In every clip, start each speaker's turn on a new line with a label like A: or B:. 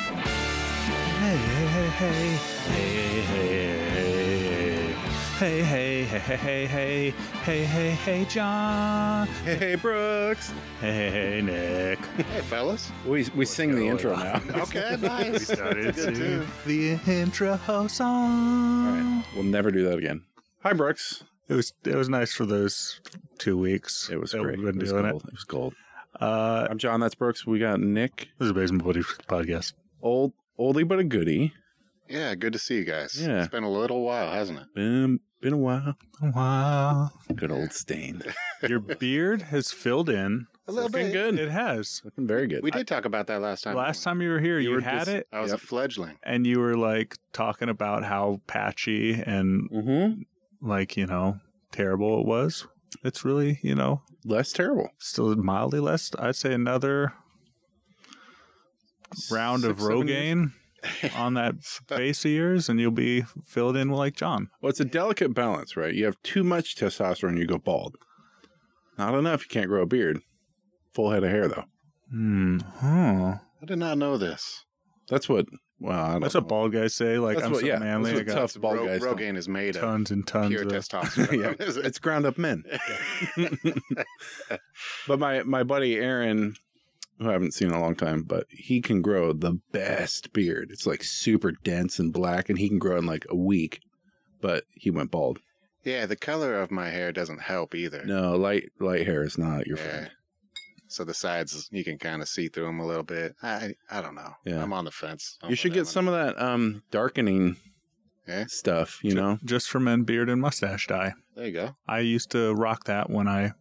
A: Hey, hey, hey, hey, hey, hey, hey, hey, hey, hey, hey, hey, hey, hey, John.
B: Hey, hey, Brooks.
A: Hey, hey, Nick.
B: Hey, fellas.
C: We, we sing the intro now.
B: Okay, nice.
A: started
B: Good tune.
A: the intro song.
C: All right. We'll never do that again. Hi, Brooks.
A: It was it was nice for those two weeks.
C: It was
A: that
C: great.
A: We've been
C: it was
A: doing
C: gold. It was gold.
A: it. Uh,
C: I'm John. That's Brooks. We got Nick.
A: this is a Basement Buddy podcast.
C: Old oldie but a goodie.
B: Yeah, good to see you guys.
C: Yeah.
B: It's been a little while, hasn't it?
C: Been been a while.
A: Wow,
C: Good old stain.
A: your beard has filled in.
B: A
C: Looking good.
A: It has.
C: Looking very good.
B: We did talk about that last time.
A: Last time you were here, you,
C: were
A: had
C: just-
A: it,
B: I was
C: Yep.
B: a fledgling.
A: and you were like talking about how patchy and
C: Mm-hmm.
A: like you know terrible it was. It's really you know
C: Less terrible.
A: still mildly less. I'd say another round of
C: Six, seven years.
A: Rogaine on that face of yours, and you'll be filled in like John.
C: Well, it's a delicate balance, right? You have too much testosterone, you go bald. Not enough, you can't grow a beard. Full head of hair, though.
A: Hmm. Huh.
B: I did not know this.
C: That's what. Well, I don't
A: That's
C: know.
A: what bald guys say. Like
C: That's
A: I'm
C: what-
A: so
C: yeah,
A: manly.
C: that's
A: I
C: what
A: got
C: tough bald
B: Ro-
C: guys.
B: Rogaine is made of
A: tons and tons
B: pure
A: of
B: testosterone.
C: Yeah. it's ground up men. but my my buddy Aaron, who I haven't seen in a long time, but he can grow the best beard. It's like super dense and black, and he can grow in like a week. But he went bald.
B: yeah, the color of my hair doesn't help either.
C: No, light light hair is not your
B: Yeah.
C: friend.
B: So the sides, you can kind of see through them a little bit. I I don't know.
C: Yeah.
B: I'm on the fence. on
C: You should
B: that
C: get
B: one.
C: some of that um darkening
B: Yeah.
C: stuff. You know,
A: just for men beard and mustache dye.
B: There you go.
A: I used to rock that when I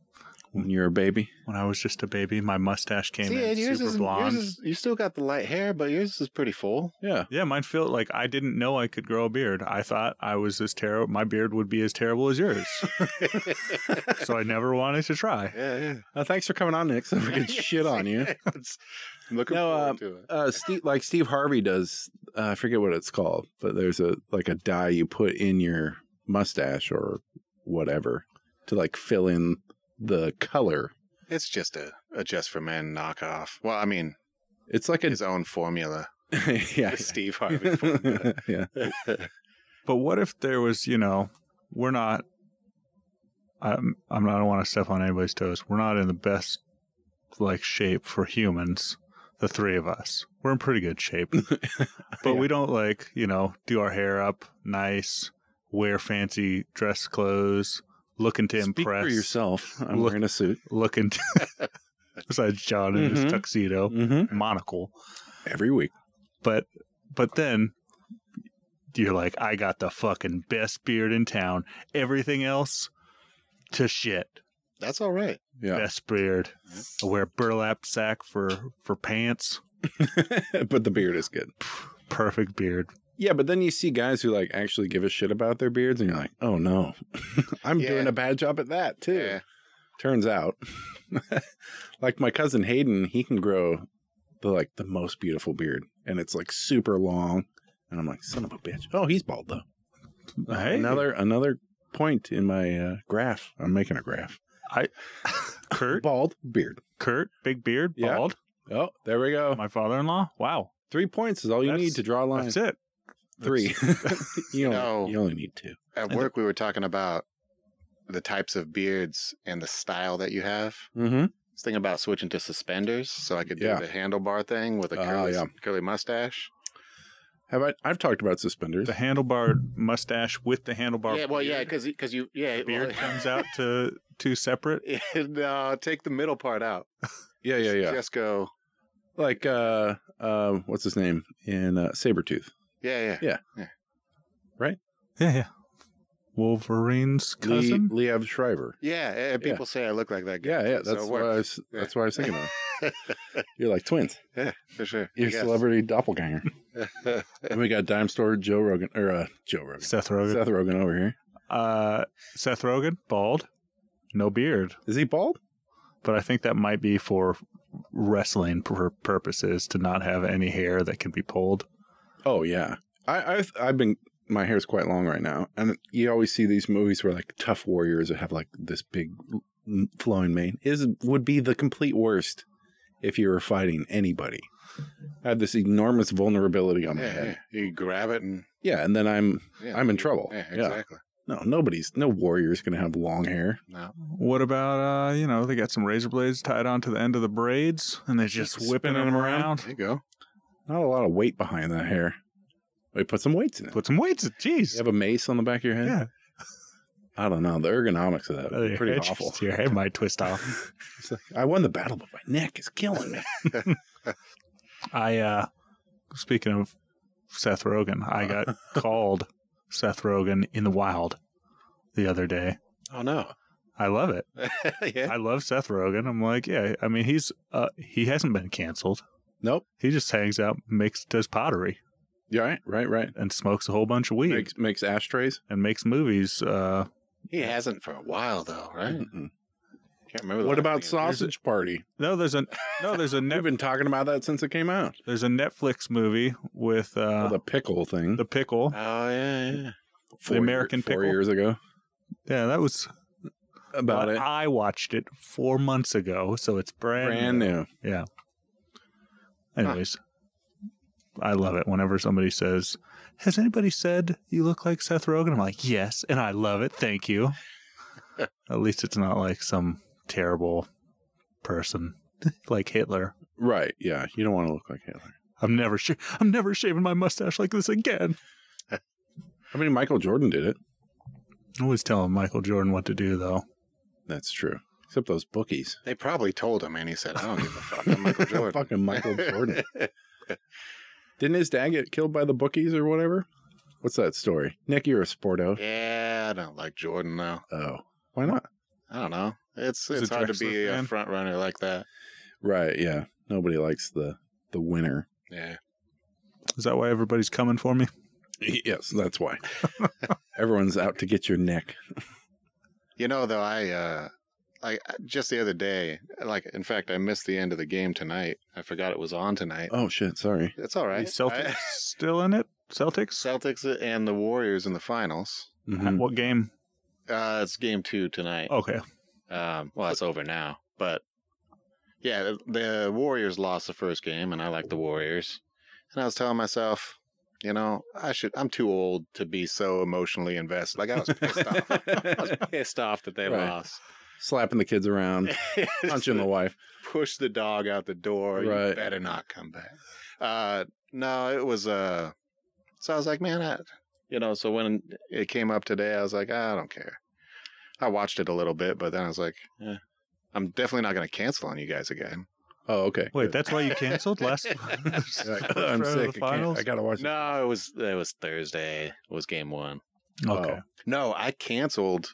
C: when you're a baby.
A: when I was just a baby. My mustache came
B: see,
A: in
B: Ed, yours
A: super
B: is,
A: blonde.
B: yours is, you still got the light hair, but yours is pretty full.
C: Yeah.
A: yeah, mine felt like I didn't know I could grow a beard. I thought I was as terrible. My beard would be as terrible as yours, so I never wanted to try.
B: Yeah, yeah.
C: Uh, thanks for coming on, Nick. So we can shit on you.
B: It's- I'm looking
C: No,
B: forward
C: um,
B: to it.
C: uh steve like steve harvey does uh, i forget what it's called but there's a like a dye you put in your mustache or whatever to like fill in the color
B: It's just a, a just for men knockoff. Well, I mean,
C: it's like a
B: his own formula.
C: yeah
B: Steve Harvey formula.
C: yeah
A: But what if there was, you know, we're not. I'm. I'm not, I don't want to step on anybody's toes. We're not in the best like shape for humans. The three of us, we're in pretty good shape, but we don't like you know do our hair up nice, wear fancy dress clothes, looking to
C: Speak
A: impress.
C: for yourself i'm
A: Look-
C: wearing a suit
A: Looking to. besides John in
C: Mhm.
A: his
B: Oh.
A: tuxedo
C: mm-hmm.
A: monocle,
C: every week
A: but but then you're like i got the fucking best beard in town everything else to shit
B: That's all right.
C: yeah
A: best beard i wear a burlap sack for for pants
C: but the beard is good
A: perfect beard
C: yeah but then you see guys who like actually give a shit about their beards and you're like oh no i'm
B: Yeah.
C: doing a bad job at that too
B: Yeah.
C: turns out like my cousin hayden he can grow the like the most beautiful beard and it's like super long and i'm like son of a bitch oh he's bald though
A: Hey.
C: another another point in my uh, graph i'm making a graph
A: kurt
C: bald beard
A: kurt big beard
C: Yeah.
A: bald
C: oh there we go
A: my father-in-law wow
C: three points is all you
A: That's-
C: need to draw a line
A: that's it
C: three you, only,
B: No.
C: you only need two
B: At work, we were talking about the types of beards and the style that you have.
C: mm-hmm.
B: I was thinking about switching to suspenders so I could do
C: Yeah.
B: the handlebar thing with a
C: Ah,
B: curly,
C: yeah.
B: curly mustache.
C: have i i've talked about suspenders
A: the handlebar mustache with the handlebar
B: yeah, well, yeah,
A: beard.
B: because because you yeah
A: beard
B: well-
A: comes out to two separate
B: no, take the middle part out.
C: yeah yeah yeah
B: Just go.
C: like uh uh what's his name in uh sabretooth
B: Yeah, yeah.
A: yeah yeah wolverine's
C: Lee,
A: cousin
C: Liev Schreiber
B: Yeah, eh, people say I look like that guy.
C: Yeah, yeah,
B: so
C: that's
B: it
C: what I
B: works.
C: was.
B: Yeah.
C: That's what I was thinking of. You're like twins.
B: for sure. I
C: You're
B: guess.
C: celebrity doppelganger. and we got dime store Joe Rogan or uh, Joe Rogan,
A: seth rogen
C: Seth Rogan over here.
A: Uh, Seth Rogen, bald, no beard,
C: Is he bald?
A: but I think that might be for wrestling pur- purposes to not have any hair that can be pulled.
C: Oh yeah. I I've, I've been my hair's quite long right now, and you always see these movies where like tough warriors have like this big m- flowing mane. Is would be the complete worst if you were fighting anybody. I have this enormous vulnerability on my
B: yeah,
C: head.
B: yeah. You grab it and
C: Yeah, and then I'm
B: yeah,
C: I'm in
B: you-
C: trouble.
B: Yeah,
C: Yeah.
B: exactly.
C: no nobody's no warrior's gonna have long hair.
B: No.
A: What about uh, you know, they got some razor blades tied onto the end of the braids and they're just
C: Just
A: whipping
C: spinning
A: them
C: them
A: around.
B: There you go.
C: Not a lot of weight behind that hair. We put some weights in it.
A: Put some weights in. Jeez.
C: you have a mace on the back of your head.
A: yeah.
C: I don't know. The ergonomics of that
A: Oh,
C: would be
A: your
C: pretty
A: head-
C: awful.
A: Your head might twist off.
C: It's like, I won the battle, but my neck is killing me.
A: I uh speaking of Seth Rogen, I got called Seth Rogen in the wild the other day.
B: Oh no.
A: I love it.
B: yeah.
A: I love Seth Rogen. I'm like, yeah, I mean he's uh he hasn't been canceled.
C: nope.
A: He just hangs out, makes does pottery
C: Yeah, right, right, right.
A: and smokes a whole bunch of weed
C: Makes makes ashtrays.
A: and makes movies uh
B: He hasn't for a while though, right?
A: Mm.
C: Mm-mm.
B: Can't remember. the
C: What
B: last
C: about
B: thing I-
C: Sausage Party?
A: No, there's a no, there's a
C: I've
A: Net,
C: been talking about that since it came out.
A: there's a Netflix movie with
C: Oh,
A: uh,
C: the pickle thing.
A: the pickle.
B: Oh yeah, yeah.
C: four
A: American
C: four
A: pickle.
C: years ago.
A: Yeah, that was
C: About
A: well,
C: it.
A: I watched it four months ago, so it's brand,
C: Brand new.
A: Anyways, I love it. Whenever somebody says, "Has anybody said you look like Seth Rogen?" I'm like, "Yes," and I love it. Thank you. At least it's not like some terrible person like Hitler.
C: Right. Yeah. You don't want to look like Hitler.
A: I'm never sh- I'm never shaving my mustache like this again.
C: I mean, Michael Jordan did it.
A: I was telling Michael Jordan what to do though.
C: That's true. Except those bookies.
B: They probably told him, and he said, "I don't give a fuck." I'm Michael Jordan.
C: Fucking Michael Jordan. Didn't his dad get killed by the bookies or whatever? What's that story? Nick, you're a sporto.
B: yeah, I don't like Jordan though.
C: Oh. Why not?
B: I don't know. It's
A: He's
B: it's
A: a
B: hard to be
A: Drexler
B: a
A: fan.
B: front runner like that.
C: Right, yeah. Nobody likes the the winner.
B: Yeah.
A: Is that why everybody's coming for me?
C: Yes, that's why. Everyone's out to get your neck.
B: You know, though, I uh, like just the other day, like in fact, I missed the end of the game tonight. I forgot it was on tonight.
C: Oh shit, sorry.
B: It's all right.
A: Is Celtics
B: I-
A: still in it? Celtics?
B: Celtics and the Warriors in the finals.
A: Ha-
C: Mm-hmm.
A: What game?
B: Uh, it's game two tonight.
A: Hmm.
C: Oh.
A: Okay.
B: Um, well, it's over now, but yeah, the, the Warriors lost the first game, and I like the Warriors. And I was telling myself, you know, I should. I'm too old to be so emotionally invested. Like I was pissed off. I was pissed off that they
C: Right.
B: lost.
C: Slapping the kids around, punching the wife.
B: push the dog out the door. You
C: Right.
B: better not come back. Uh, no, it was. Uh, so I was like, man, I, you know. So when it came up today, I was like, I don't care. I watched it a little bit, but then I was like, eh, I'm definitely not going to cancel on you guys again.
C: Oh, okay.
A: Wait, that's why you canceled last.
C: You're like, "Ugh,
A: round of
C: I'm
A: the
C: sick. I, can't,
A: finals?
C: I gotta watch.
B: No, it was it was Thursday. Was game one.
A: Okay.
B: No, I canceled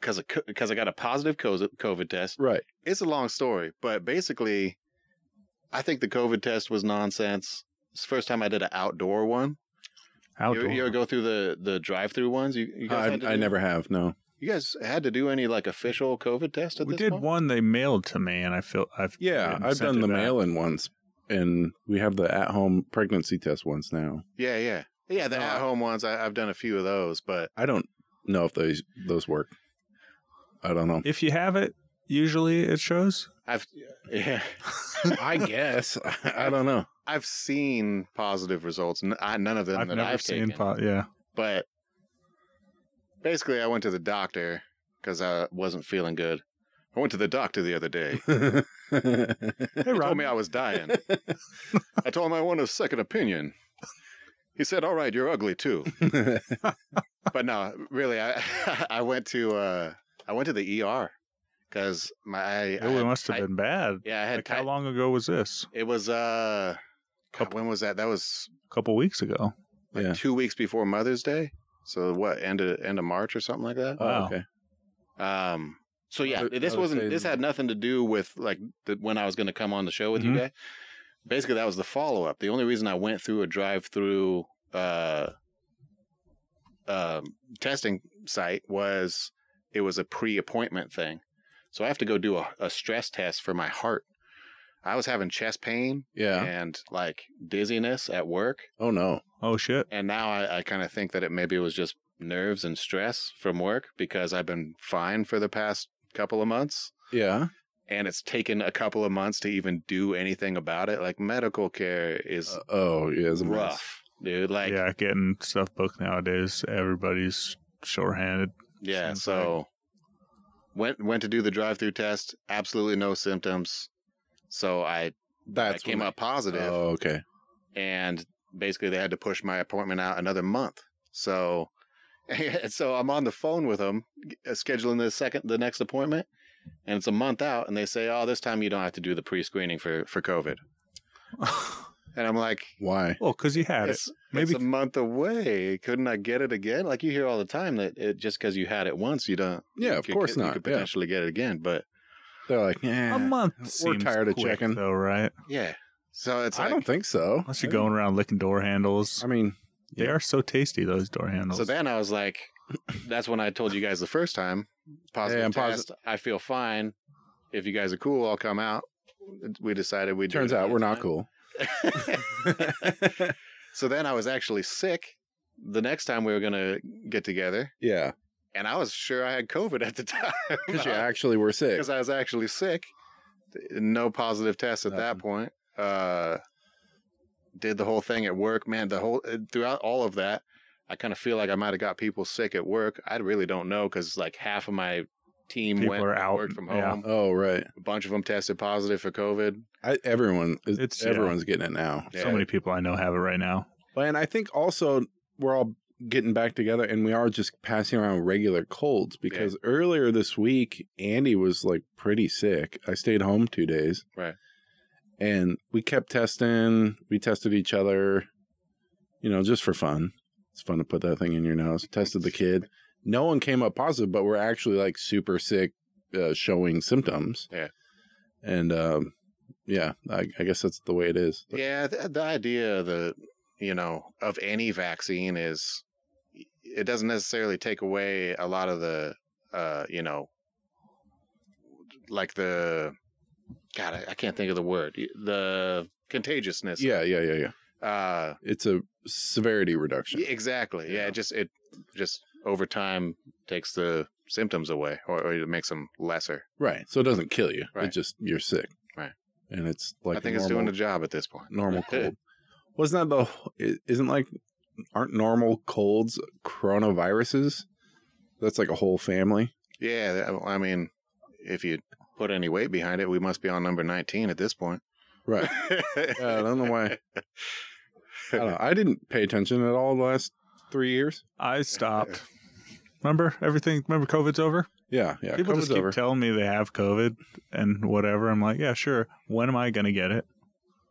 B: because because I got a positive co- COVID test.
C: Right.
B: it's a long story, but basically, I think the COVID test was nonsense. It's the first time I did an outdoor one.
A: Outdoor.
B: You, you ever go through the the drive through ones? You, you guys
C: I,
B: had to
C: I
B: do-
C: never have. No.
B: You guys had to do any like official COVID test at
A: we
B: this
A: did
B: point?
A: one they mailed to me, and I feel I've
C: Yeah,
A: and
C: I've
A: sent
C: done
A: it
C: the
A: back.
C: mail in once, and we have the at home pregnancy test ones now.
B: Yeah, yeah, yeah. The
C: No, I-
B: at home ones. I, I've done a few of those, but
C: I don't know if those those work. I don't know.
A: If you have it, usually it shows.
B: I've yeah,
C: I guess I don't know.
B: I've seen positive results. N- I, none of them
A: I've
B: that
A: never
B: I've
A: seen.
B: taken.
A: po- yeah.
B: but basically, I went to the doctor because I wasn't feeling good. I went to the doctor the other day.
A: Hey,
B: He
A: Rob.
B: told me I was dying. I told him I wanted a second opinion. He said, "All right, you're ugly too." But no, really, I I went to uh, I went to the ER because my I,
A: Oh, it
B: I-
A: must have
B: I-
A: been bad.
B: yeah I had
A: Like, how
B: ti-
A: long ago was this?
B: it was uh God,
A: Couple-
B: when was that that was
A: A couple weeks ago.
B: like
C: Yeah.
B: two weeks before Mother's Day so what end of end of March or something like that
A: Wow.
C: Oh, okay.
B: um so yeah
C: Other-
B: this
C: other
B: wasn't
C: days
B: this
C: of-
B: had nothing to do with like the, when I was going to come on the show with
A: Mhm.
B: you guys basically that was the follow up. The only reason I went through a drive through uh, um, testing site was it was a pre appointment thing. So I have to go do a, a stress test for my heart. I was having chest pain
C: Yeah.
B: and like dizziness at work.
C: Oh no.
A: Oh shit.
B: And now I, I kind of think that it maybe was just nerves and stress from work because I've been fine for the past couple of months.
C: Yeah.
B: And it's taken a couple of months to even do anything about it. Like medical care is
C: Uh, oh, yeah. It's a mess.
B: rough, dude. Like, yeah.
A: yeah, getting stuff booked nowadays. Everybody's shorthanded. Seems
B: so went went to do the drive through test. Absolutely no symptoms. So I, I
C: That's
B: came
C: when
B: up positive.
C: Oh, okay.
B: and basically they had to push my appointment out another month. So, so I'm on the phone with them, uh, scheduling the second, the next appointment, and it's a month out, and they say, "Oh, this time you don't have to do the pre-screening for for COVID." And I'm like,
C: Why?
A: well, because you had it.
B: "It's,
A: Maybe-
B: it's a month away. Couldn't I get it again?" Like you hear all the time that it, just because you had it once, you don't.
C: Yeah,
B: you
C: of
B: could-
C: course
B: You
C: not.
B: could
C: Yeah.
B: potentially get it again, but
C: They're like, yeah.
A: A month.
C: We're
A: seems
C: tired of
A: quick,
C: checking.
A: though, right?
B: yeah. So it's
C: I
B: like,
C: don't think so.
A: Unless you're going around licking door handles.
C: I mean,
A: They are so tasty, those door handles.
B: So then I was like, that's when I told you guys the first time, positive
C: Hey, I'm posi-
B: test. I feel fine. If you guys are cool, I'll come out. We decided we.
C: turns out we're not cool.
B: so then I was actually sick. The next time we were gonna get together,
C: yeah.
B: and I was sure I had COVID at the time
C: Because you actually were sick.
B: because I was actually sick. No positive test at that
C: Nothing.
B: point. Uh, did the whole thing at work, man. The whole uh, throughout all of that, I kind of feel like I might have got people sick at work. I really don't know because like half of my team
A: People
B: went
A: are
B: and
A: out,
B: worked from home.
A: yeah.
C: Oh, right.
B: A bunch of them tested positive for COVID.
C: I, everyone is,
A: It's- yeah.
C: everyone's getting it now.
B: Yeah.
A: So many people I know have it right now.
C: Well, and I think also we're all getting back together and we are just passing around regular colds because earlier this week, Andy was like pretty sick. I stayed home two days.
B: Right.
C: And we kept testing. We tested each other, you know, just for fun. It's fun to put that thing in your nose. Tested the kid. No one came up positive, but we're actually like super sick, uh, showing symptoms.
B: Yeah.
C: And um, yeah, I, I guess that's the way it is.
B: Yeah, the, the idea of the you know of any vaccine is it doesn't necessarily take away a lot of the uh you know like the God I, I can't think of the word the contagiousness.
C: Yeah, yeah, yeah, yeah.
B: Uh,
C: It's a severity reduction.
B: yeah, exactly. Yeah.
C: Yeah.
B: It just it just over time takes the symptoms away or, or it makes them lesser.
C: Right. So it doesn't kill you. It
B: Right.
C: just you're sick.
B: Right.
C: And it's like
B: I think
C: a
B: it's doing
C: normal,
B: the job at this point.
C: normal cold. Wasn't that the wh- i- isn't like aren't normal colds coronaviruses? That's like a whole family.
B: Yeah, that- I mean, if you put any weight behind it, we must be on number 19 at this point.
C: Right. Yeah, I don't know why. I don't know. I didn't pay attention at all the last 3 years.
A: I stopped. Remember everything? Remember COVID's over?
C: Yeah, yeah.
A: People
C: COVID's
A: just keep
C: over.
A: telling me they have COVID and whatever. I'm like, yeah, sure. When am I going to get it?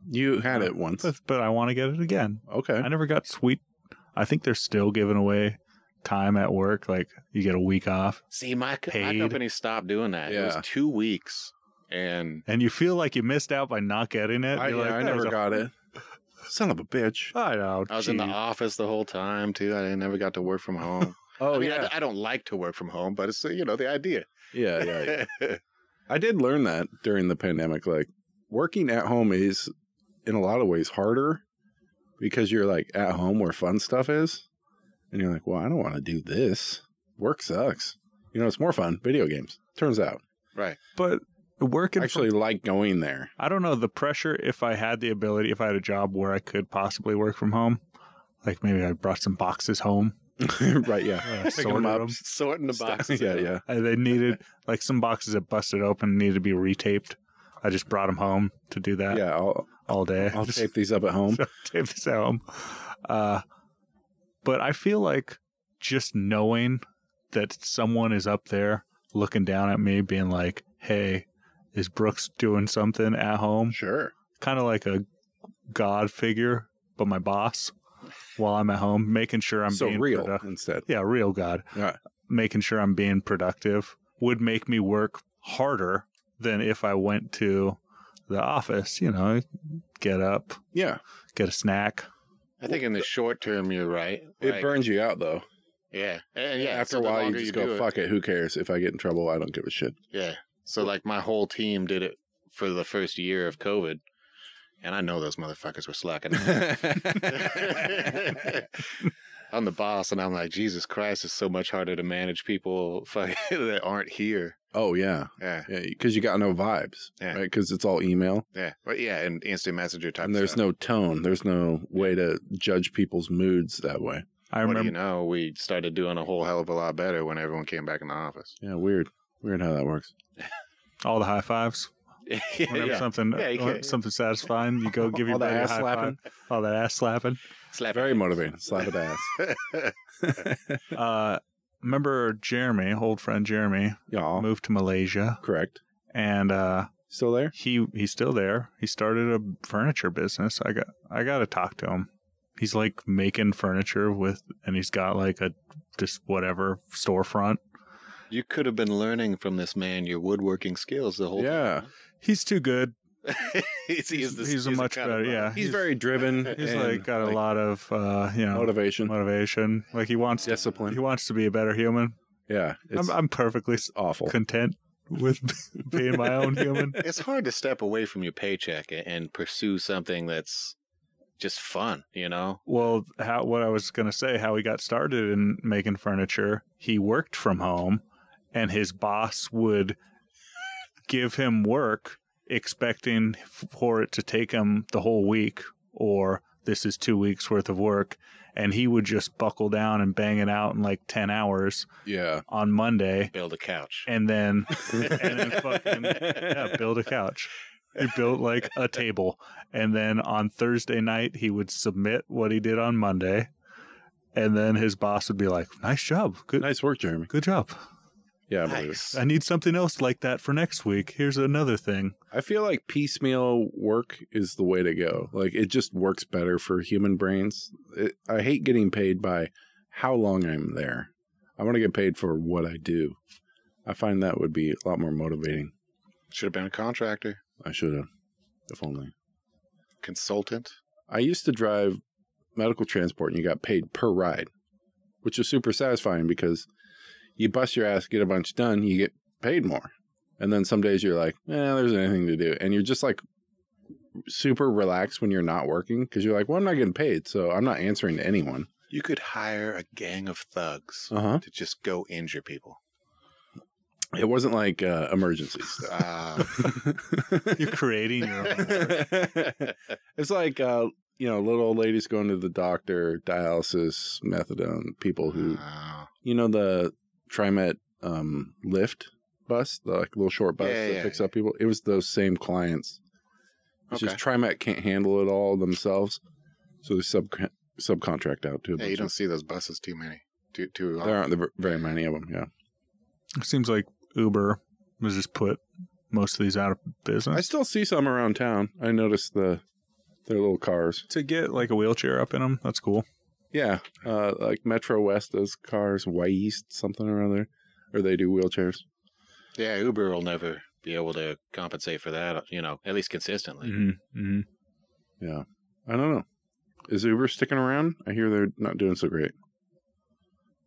C: you had it once.
A: But, but I want to get it again.
C: Okay.
A: I never got sweet. I think they're still giving away time at work. Like you get a week off
B: See, my, co- my
A: Paid.
B: company stopped doing that. It
C: Yeah.
B: was two weeks. And
A: and you feel like you missed out by not getting it.
C: I,
A: You're like,
C: yeah, I
A: that was
C: never
A: a-
C: got it. Son of a bitch.
A: I know.
B: I was in the
A: geez.
B: office the whole time, too. I never got to work from home.
C: Oh
B: I mean, I
C: yeah.
B: d- I, don't like to work from home, but it's, uh, you know, the idea.
C: yeah, yeah, yeah. I did learn that during the pandemic. Like working at home is, in a lot of ways, harder because you're like at home where fun stuff is, and you're like, well, I don't want to do this. Work sucks. You know, it's more fun. Video games. Turns out,
B: right.
A: But working
C: I
A: actually,
C: actually like going there.
A: I don't know the pressure. If I had the ability, if I had a job where I could possibly work from home, like maybe I brought some boxes home.
C: right? Yeah.
A: uh,
C: Picking 'em
A: sorted
C: up.
A: 'em.
B: Sorting the boxes.
C: yeah,
B: out.
C: yeah.
A: Uh, they needed like some boxes that busted open needed to be retaped. I just brought them home to do that
C: Yeah, I'll,
A: all day.
C: I'll
A: Just
C: tape these up at home.
A: tape this at home. Uh, but I feel like just knowing that someone is up there looking down at me, being like, "Hey, is Brooks doing something at home?"
C: Sure.
A: Kind of like a god figure, but my boss while I'm at home, making sure I'm
C: so
A: being
C: real
A: produ-
C: instead.
A: yeah, real God.
C: Right.
A: Making sure I'm being productive would make me work harder than if I went to the office, you know, get up,
C: Yeah,
A: get a snack.
B: I think in the short term, you're right.
C: it
B: Like,
C: burns you out though.
B: Yeah. And yeah.
C: After
B: so
C: a
B: the
C: while, you
B: longer
C: just
B: do
C: go,
B: it-
C: "Fuck it, who cares? If I get in trouble, I don't give a shit."
B: Yeah. So like my whole team did it for the first year of COVID. And I know those motherfuckers were slacking. I'm the boss, and I'm like, Jesus Christ, it's so much harder to manage people fucking that aren't here.
C: oh yeah,
B: Yeah,
C: yeah, because you got no vibes,
B: Yeah.
C: right? Because it's all email,
B: yeah, but yeah, and instant messenger type.
C: and there's no tone. There's no way to judge people's moods that way.
A: I
B: What do you
A: remember
B: know? We started doing a whole hell of a lot better when everyone came back in the office.
C: Yeah, weird, weird how that works.
A: all the high fives.
B: yeah,
A: Whenever something uh,
B: Yeah, you can't-
A: something satisfying, you go give your
C: all that
A: buddy a
C: ass
A: high
C: slapping,
A: five. All that ass slapping.
B: Slap
C: very motivating. Slap it ass.
A: Uh, remember Jeremy, old friend Jeremy,
C: Y'all,
A: moved to Malaysia,
C: correct?
A: and uh,
C: Still there?
A: he he's still there. He started a furniture business. I got I got to talk to him. He's like making furniture with, and he's got like a just whatever storefront.
B: you could have been learning from this man your woodworking skills the whole
C: Yeah.
A: He's too good.
B: time. he's,
A: He's- he's a much
B: kind of
A: better-
B: bum.
A: yeah.
C: He's,
A: He's-
C: very driven.
A: He's
C: and,
A: like got a lot of uh, you know
C: motivation,
A: motivation. Like he wants to,
C: discipline.
A: he wants to be a better human.
C: yeah, it's
A: I'm, I'm perfectly s-
C: awful.
A: content with being my own human.
B: It's hard to step away from your paycheck a- and pursue something that's just fun, you know?
A: Well, how what I was going to say, how he got started in making furniture, he worked from home, and his boss would give him work, expecting for it to take him the whole week, or this is two weeks worth of work, and he would just buckle down and bang it out in like ten hours
C: yeah,
A: on Monday,
B: Build a couch.
A: and then and then fucking yeah, build a couch. He built like a table. And then on Thursday night, he would submit what he did on Monday. And then his boss would be like, nice job. Good,
C: nice work, Jeremy.
A: good job.
C: Yeah, I believe it.
B: Nice.
A: I need something else like that for next week. Here's another thing.
C: I feel like piecemeal work is the way to go. Like it just works better for human brains. It, I hate getting paid by how long I'm there. I want to get paid for what I do. I find that would be a lot more motivating.
B: Should have been a contractor,
C: I should have, if only.
B: consultant.
C: I used to drive medical transport and you got paid per ride, which is super satisfying because you bust your ass, get a bunch done, you get paid more. And then some days you're like, eh, there's anything to do. And you're just like super relaxed when you're not working because you're like, well, I'm not getting paid. So I'm not answering to anyone.
B: You could hire a gang of thugs
C: Uh huh.
B: to just go injure people.
C: It wasn't like uh, emergencies. though.
B: Uh,
A: You're creating your own.
C: it's like, uh, you know, little old ladies going to the doctor, dialysis, methadone, people who
B: uh,
C: you know the TriMet um, lift bus, the like little short bus
B: Yeah,
C: that
B: yeah,
C: picks up people. It was those same clients. It's
B: okay.
C: just TriMet can't handle it all themselves, so they sub subcontract out to. a
B: Yeah, you
C: bunch
B: don't
C: of-
B: see those buses too many. Too, too
C: there
B: often.
C: aren't the, ver- very many of them. Yeah,
A: It seems like Uber has just put most of these out of
C: I
A: business.
C: still see some around town. I noticed the their little cars.
A: to get like a wheelchair up in them, that's cool.
C: Yeah, uh, like Metro West does cars, Y East something or other, or they do wheelchairs.
B: Yeah, Uber will never be able to compensate for that, you know, at least consistently.
C: Mm,
A: Mm-hmm.
C: I don't know. Is Uber sticking around? I hear they're not doing so great.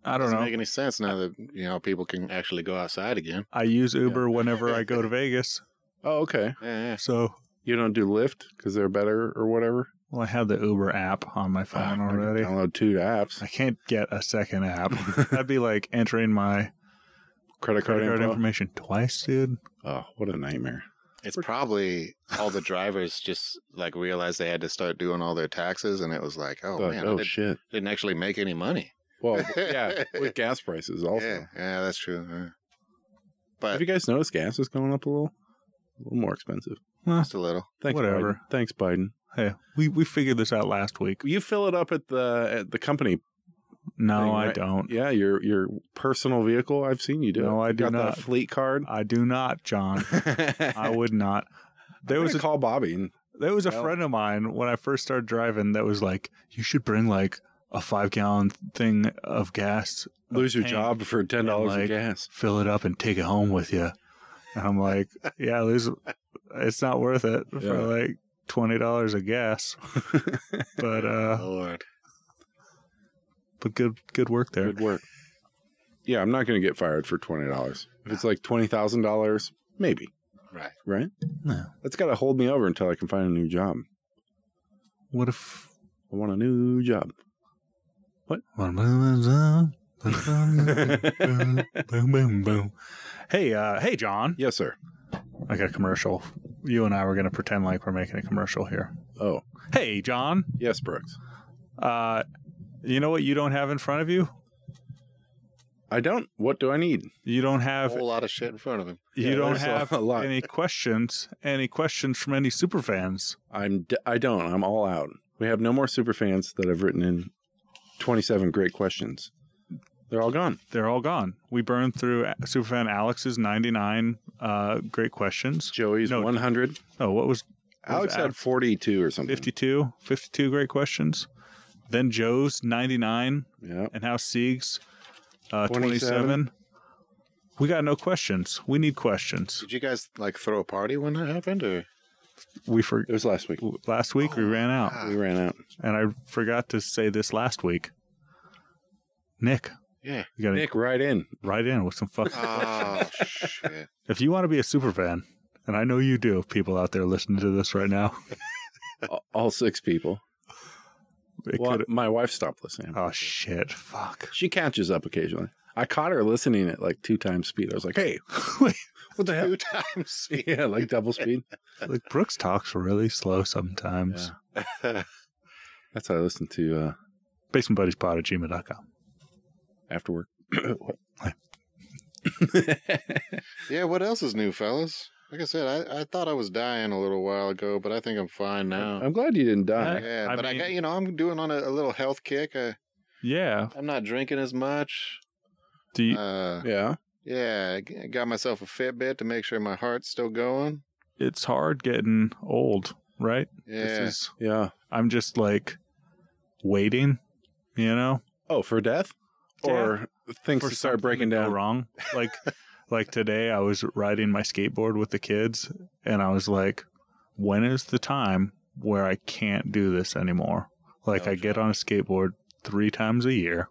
A: I don't
B: Doesn't
A: know.
B: make any sense now that, you know, people can actually go outside again.
A: I use Uber whenever I go to Vegas.
C: Oh, okay.
B: Yeah, yeah.
A: So
C: You don't do Lyft because they're better or whatever.
A: Well, I have the Uber app on my phone
C: Ah, I can
A: already.
C: Download two apps.
A: I can't get a second app. That'd be like entering my
C: Credit card,
A: credit card
C: info.
A: information twice, dude.
C: Oh, what a nightmare!
B: It's probably all the drivers just like realized they had to start doing all their taxes, and it was like, oh
C: Like,
B: man, I
C: oh
B: did,
C: shit.
B: didn't actually make any money.
C: Well, yeah, with gas prices also.
B: Yeah, yeah, that's true. yeah.
C: Have
B: But
C: you guys noticed gas is going up a little, a little more expensive?
B: just a little.
C: Thanks,
A: Whatever.
C: Biden. Thanks, Biden.
A: Hey, we, we figured this out last week.
C: You fill it up at the at the company.
A: No,
C: Thing,
A: I
C: right?
A: don't.
C: Yeah, your your personal vehicle. I've seen you do.
A: No,
C: it.
A: I
C: You
A: do
C: got
A: not.
C: that fleet card.
A: I do not, John. I would not. There was a
C: call Bobby. and-
A: there was a
C: Well-
A: friend of mine when I first started driving that was like, you should bring like a five gallon thing of gas, a
C: Lose your
A: tank,
C: job for ten dollars in
A: like-
C: gas.
A: fill it up, and take it home with you. And I'm like, yeah, lose. It's not worth it
C: Yeah.
A: for like twenty dollars of gas. But uh,
B: Oh, Lord,
A: but good good work there.
C: Good work. Yeah, I'm not going to get fired for twenty dollars. If it's like twenty thousand dollars, maybe.
B: Right.
C: right?
A: No.
C: That's got to hold me over until I can find a new job.
A: What if?
C: I want a new job.
A: boom, boom, boom. Hey, uh, hey, John.
C: yes, sir.
A: I got a commercial. You and I were going to pretend like we're making a commercial here.
C: Oh,
A: Hey, John.
C: yes, Brooks.
A: Uh, you know what you don't have in front of you?
C: I don't. What do I need?
A: You don't
B: A
A: have
B: whole lot of shit in front of him.
A: you
C: Oh, Yeah,
A: don't
C: there's a-
A: have
C: a lot.
A: any questions. Any questions from any superfans?
C: I'm. D- I don't. I'm all out. We have no more super fans that have written in 27 great questions. They're all gone.
A: They're all gone. We burned through A- superfan Alex's 99 uh, great questions.
C: Joey's
A: No.
C: 100.
A: Oh, what was
C: Alex had
A: Alex-
C: 42 or something.
A: 52? 52 great questions. Then Joe's 99
C: Yeah.
A: and House Sieg's uh,
C: 27.
A: 27. We got no questions. We need questions.
B: Did you guys like throw a party when that happened, or
A: We for
C: It was last week.
A: last week we ran out,
C: We ran out.
A: and I forgot to say this last week. Nick,
B: yeah?
A: you got to
C: Nick, right in.
A: write in with some fucking.
C: Uh,
B: Oh shit!
A: if you want to be a super fan, and I know you do, people out there listening to this right now,
C: All- All six people.
A: it
C: Well,
A: could.
C: my wife stopped listening.
A: Oh shit! Fuck.
C: She catches up occasionally. I caught her listening at like two times speed. I was like, hey, what the hell?
B: Two times speed.
C: Yeah, like double speed.
A: like Brooks talks really slow sometimes.
C: Yeah. That's how I listen to uh,
A: Basement Buddies Pod at gmail.com.
C: after work.
B: Yeah, what else is new, fellas? Like I said, I, I thought I was dying a little while ago, but I think I'm fine now.
C: I'm glad you didn't
A: I-
C: die.
B: yeah,
A: I
B: but
A: mean-
B: I got you know I'm doing on a, a little health kick. I,
A: Yeah.
B: I'm not drinking as much.
A: Do you,
B: Uh,
C: Yeah.
B: yeah, I g- I got myself a Fitbit to make sure my heart's still going.
A: it's hard getting old, right? This
B: Yeah,
A: is
C: Yeah.
A: I'm just like waiting, you know?
C: Oh, for death? Or things
A: For
C: to start
A: something
C: breaking
A: to go
C: down.
A: wrong. Like like today I was riding my skateboard with the kids and I was like, when is the time where I can't do this anymore? Like I get on a skateboard three times a year.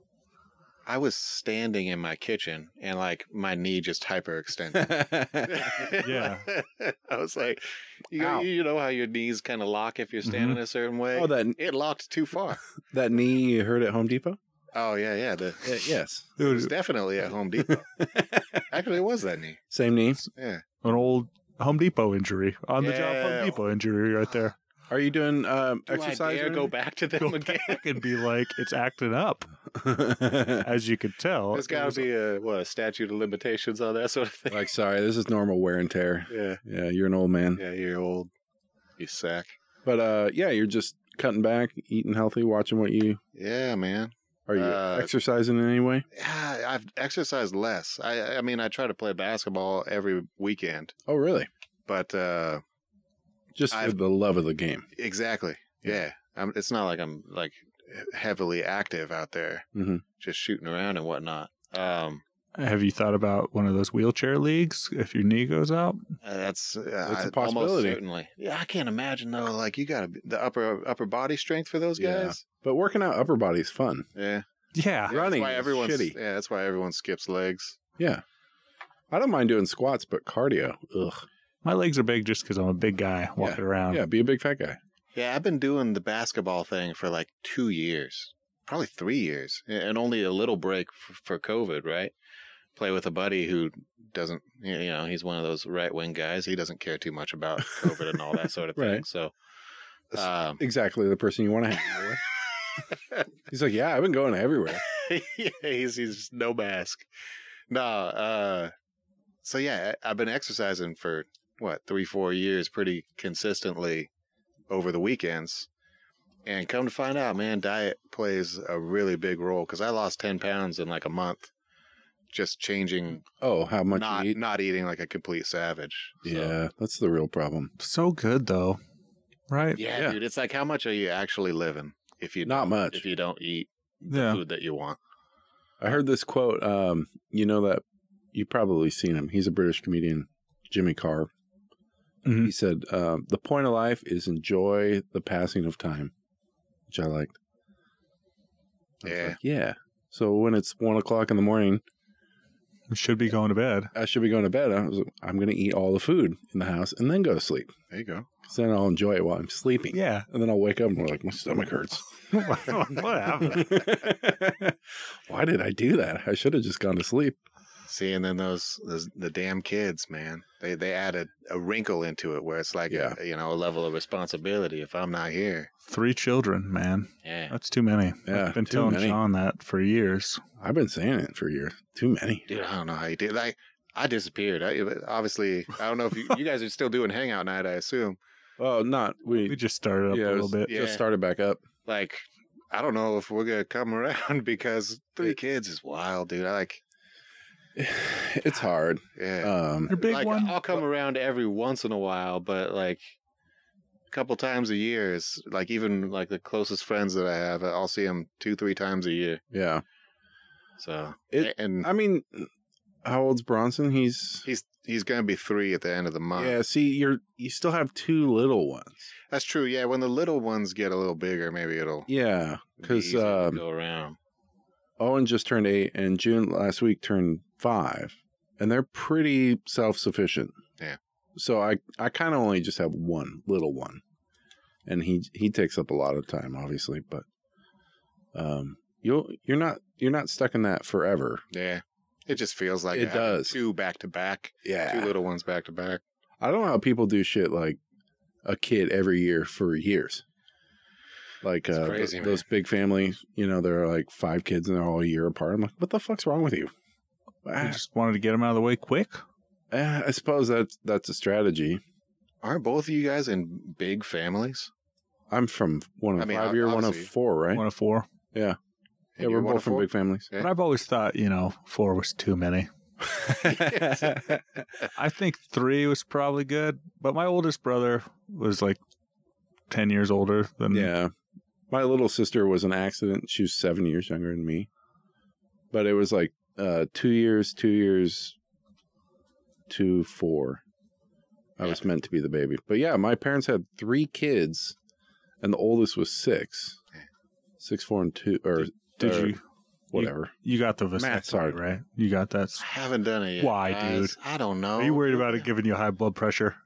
B: I was standing in my kitchen and like my knee just hyperextended.
A: Yeah.
B: I was like, you,
C: Ow.
B: you know how your knees kind of lock if you're standing a certain way.
C: oh, that
B: it locked too far.
C: that knee you heard at Home Depot?
B: oh yeah, yeah. The,
C: Yeah, yes.
B: it was definitely at Home Depot. Actually, it was that knee.
C: Same knee.
B: Yeah.
A: an old Home Depot injury on the job
B: Yeah.
A: Home Depot injury right there.
C: Are you doing um,
B: Do
C: exercise?
B: I
C: or
B: dare go
C: anything?
B: back to them
A: Go
B: again?
A: back and be like, it's acting up, as you could tell.
B: There's got to be a what a statute of limitations on that sort of thing.
C: like, sorry, this is normal wear and tear.
B: Yeah,
C: Yeah, you're an old man.
B: yeah. You're old. You sack.
C: But uh, yeah, you're just cutting back, eating healthy, watching what you
B: Yeah, man.
C: are you
B: Uh,
C: exercising in any way?
B: Yeah, I've exercised less. I, I mean, I try to play basketball every weekend,
C: Oh, really?
B: but uh
C: Just for
B: I've-
C: the love of the game.
B: exactly. Yeah, I'm, it's not like I'm like heavily active out there,
C: Mhm.
B: just shooting around and whatnot. Um,
A: Have you thought about one of those wheelchair leagues if your knee goes out?
B: Uh, That's uh,
C: That's a
B: I- Almost
C: possibility.
B: certainly. Yeah, I can't imagine though. Like you got to the upper upper body strength for those
C: Yeah.
B: guys.
C: But working out upper body's fun.
B: Yeah,
A: Yeah.
C: Running
B: That's why
C: is
B: everyone.
C: shitty.
B: Yeah, that's why everyone skips legs.
C: Yeah. I don't mind doing squats, but cardio. Ugh.
A: My legs are big just because I'm a big guy walking around.
C: Yeah, be a big fat guy.
B: Yeah, I've been doing the basketball thing for like two years, probably three years, a- and only a little break for, for COVID. Right, play with a buddy who doesn't. You know, he's one of those right wing guys. He doesn't care too much about COVID and all that sort of thing.
C: Right.
B: So. Um,
C: Exactly the person you want to hang out with. He's like, yeah, I've been going everywhere.
B: yeah, he's he's just no mask. No, uh so yeah, I- I've been exercising for what, three, four years pretty consistently over the weekends. And come to find out, man, diet plays a really big role because I lost ten pounds in like a month just changing
C: Oh, how much
B: not
C: you eat?
B: not eating like a complete savage. So-
C: Yeah, that's the real problem.
A: So good, though. Right?
B: yeah.
C: Yeah.
B: dude. It's like how much are you actually living if you
C: Not
B: don't-
C: much.
B: if you don't eat
A: Yeah.
B: food that you want.
C: I heard this quote. Um, you know that you've probably seen him. He's a British comedian, Jimmy Carr.
A: Mhm.
C: He said, um, "The point of life is enjoy the passing of time," which I liked. I was
B: Yeah.
C: like, yeah. So when it's one o'clock in the morning,
A: We should be going to bed.
C: I should be going to bed. I was like, I'm going to eat all the food in the house and then go to sleep.
B: There you go.
C: Because then I'll enjoy it while I'm sleeping.
A: Yeah.
C: And then I'll wake up and we're like, my stomach hurts.
A: what happened?
C: Why did I do that? I should have just gone to sleep.
B: See, and then those, those the damn kids, man. They they added a wrinkle into it where it's like
C: Yeah.
B: a, you know a level of responsibility. If I'm not here,
A: Three children, man.
B: yeah,
A: That's too many.
C: Yeah,
A: I've been
C: too
A: telling
C: many.
A: Sean that for years.
C: I've been saying it for years. Too many.
B: dude, I don't know how you did. Like I disappeared. I, obviously, I don't know if you, you guys are still doing hangout night. I assume.
C: Well, not we.
A: We just started up
C: yeah,
A: a
C: it
A: little
C: was-
A: bit.
B: Yeah.
C: Just started back up.
B: Like I don't know if we're gonna come around because three kids is wild, dude. I like
C: It's hard.
B: yeah.
C: Um,
A: Your Uh, big
B: like
A: one.
B: I'll come around every once in a while, but like a couple times a year is like even like the closest friends that I have, I'll see them two, three times a year.
C: yeah.
B: So
C: It-
B: and
C: I mean, how old's Bronson? He's
B: he's he's gonna be three at the end of the month.
C: yeah. See, you're you still have two little ones.
B: That's true. Yeah, when the little ones get a little bigger, maybe it'll be
C: Yeah, because
B: easier to
C: um,
B: go around.
C: Owen just turned eight, and June last week turned five, and they're pretty self sufficient.
B: Yeah.
C: So I I kind of only just have one little one, and he he takes up a lot of time, obviously, but um, you'll you're not you're not stuck in that forever.
B: Yeah. It just feels like
C: It
B: having
C: does.
B: Oh, two back to back,
C: Yeah.
B: two little ones back to back.
C: I don't know how people do shit like a kid every year for years. Like
B: It's
C: uh,
B: crazy,
C: th- those big families, you know, they're like five kids and they're all a year apart. I'm like, what the fuck's wrong with you?
A: I
C: Ah,
A: just wanted to get him out of the way quick.
C: eh, I suppose that's that's a strategy.
B: Aren't both of you guys in big families?
C: I'm from one of
B: I mean,
C: five year, one of
B: obviously.
C: four, right?
A: One of four.
C: yeah,
B: And
C: we're
B: you're one
C: both
B: of
C: from
B: four?
C: big families.
B: Yeah.
A: But I've always thought, you know, four was too many. I think three was probably good, but my oldest brother was like 10 years older than
C: yeah. My little sister was an accident. She was seven years younger than me. But it was like uh, two years, two years, two, four. I was meant to be the baby. But yeah, my parents had three kids, and the oldest was six.
B: Yeah.
C: Six, four, and two, or
A: Did
C: or
A: you?
C: whatever.
A: You got the
C: Matt's
A: vasectomy,
C: hard.
A: right? You got that. s-
B: I haven't done it yet.
A: Why,
B: guys. I don't know.
A: Are you worried about it giving you high blood pressure?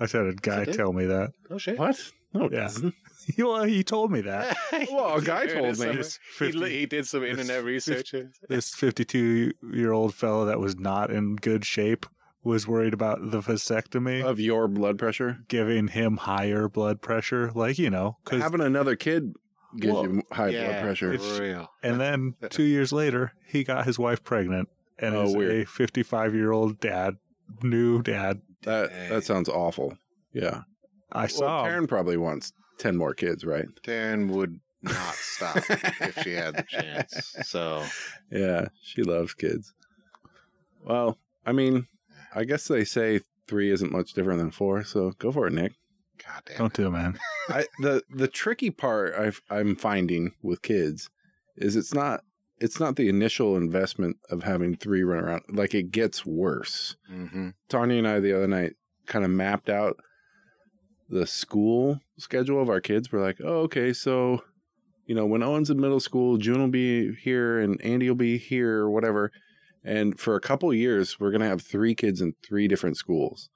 A: I had a guy
B: did.
A: tell me that.
B: Oh shit.
C: What? No, it
A: Yeah.
C: doesn't.
A: He, well, he told me that.
C: Well, a guy
B: There it
C: told
B: is
C: me.
B: somewhere.
A: This
B: He, li-
A: 50
B: he did some
A: this
B: internet
A: 50
B: research.
A: this 52 year old fellow that was not in good shape was worried about the vasectomy
C: Of your blood pressure?
A: giving him higher blood pressure. Like, you know, 'cause-
C: Having another kid gives
A: Well,
C: you high blood pressure.
A: It's-
B: For real.
A: And then two years later, he got his wife pregnant and
C: Oh,
A: is
C: weird.
A: a 55 year old dad, new dad.
C: That
B: Dang.
C: that sounds awful. Yeah.
A: I saw. him.
C: Karen probably wants ten more kids, right?
B: Taryn would not stop if she had the chance. So
C: Yeah, she loves kids. Well, I mean, I guess they say three isn't much different than four, so go for it, Nick.
B: God damn.
A: Don't do it, man.
C: I, the the tricky part I've, I'm finding with kids is it's not it's not the initial investment of having three run around. Like it gets worse.
B: Mm-hmm.
C: Tanya and I the other night kind of mapped out the school schedule of our kids. We're like, oh, okay, so you know, when Owen's in middle school, June will be here and Andy will be here or whatever. And for a couple years, we're gonna have three kids in three different schools.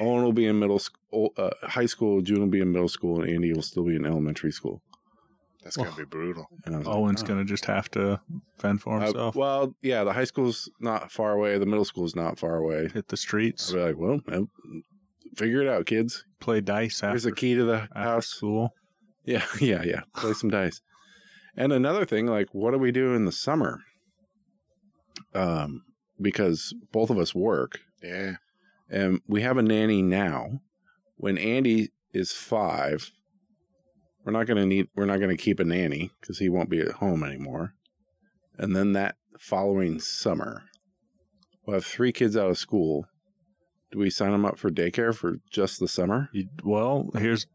C: Owen will be in middle school, uh, high school. June will be in middle school, and Andy will still be in elementary school.
B: That's gonna be brutal.
C: And I was like,
A: Owen's
C: "Oh."
A: going to just have to fend for
C: Uh,
A: himself,
C: well, yeah, the high school's not far away. The middle school's not far away.
A: hit the streets,
C: I'd be like, well, uh, figure it out, kids.
A: play dice after,
C: Here's a key to the
A: after
C: house.
A: school.
C: Yeah, yeah, yeah. Play some dice. And another thing, like, what do we do in the summer? Um, because both of us work,
B: Yeah.
C: and we have a nanny now. When Andy is five, we're not gonna need. We're not gonna keep a nanny because he won't be at home anymore. And then that following summer, we'll have three kids out of school. Do we sign them up for daycare for just the summer?
A: You, well, here's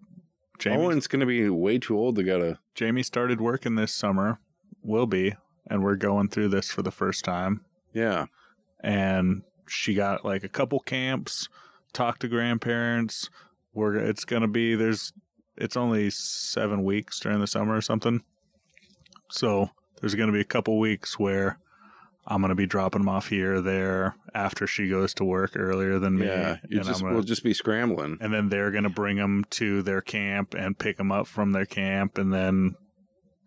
A: Jamie.
C: Owen's gonna be way too old to go to
A: Jamie started working this summer, will be, and we're going through this for the first time.
C: yeah.
A: And she got like a couple camps, talked to grandparents. We're it's going to be there's it's only 7 weeks during the summer or something. So, there's going to be a couple weeks where I'm gonna be dropping them off here, or there, after she goes to work earlier than me.
C: yeah, you
A: and,
C: just
A: I'm gonna-
C: we'll just be scrambling.
A: and then they're gonna bring them to their camp and pick them up from their camp, and then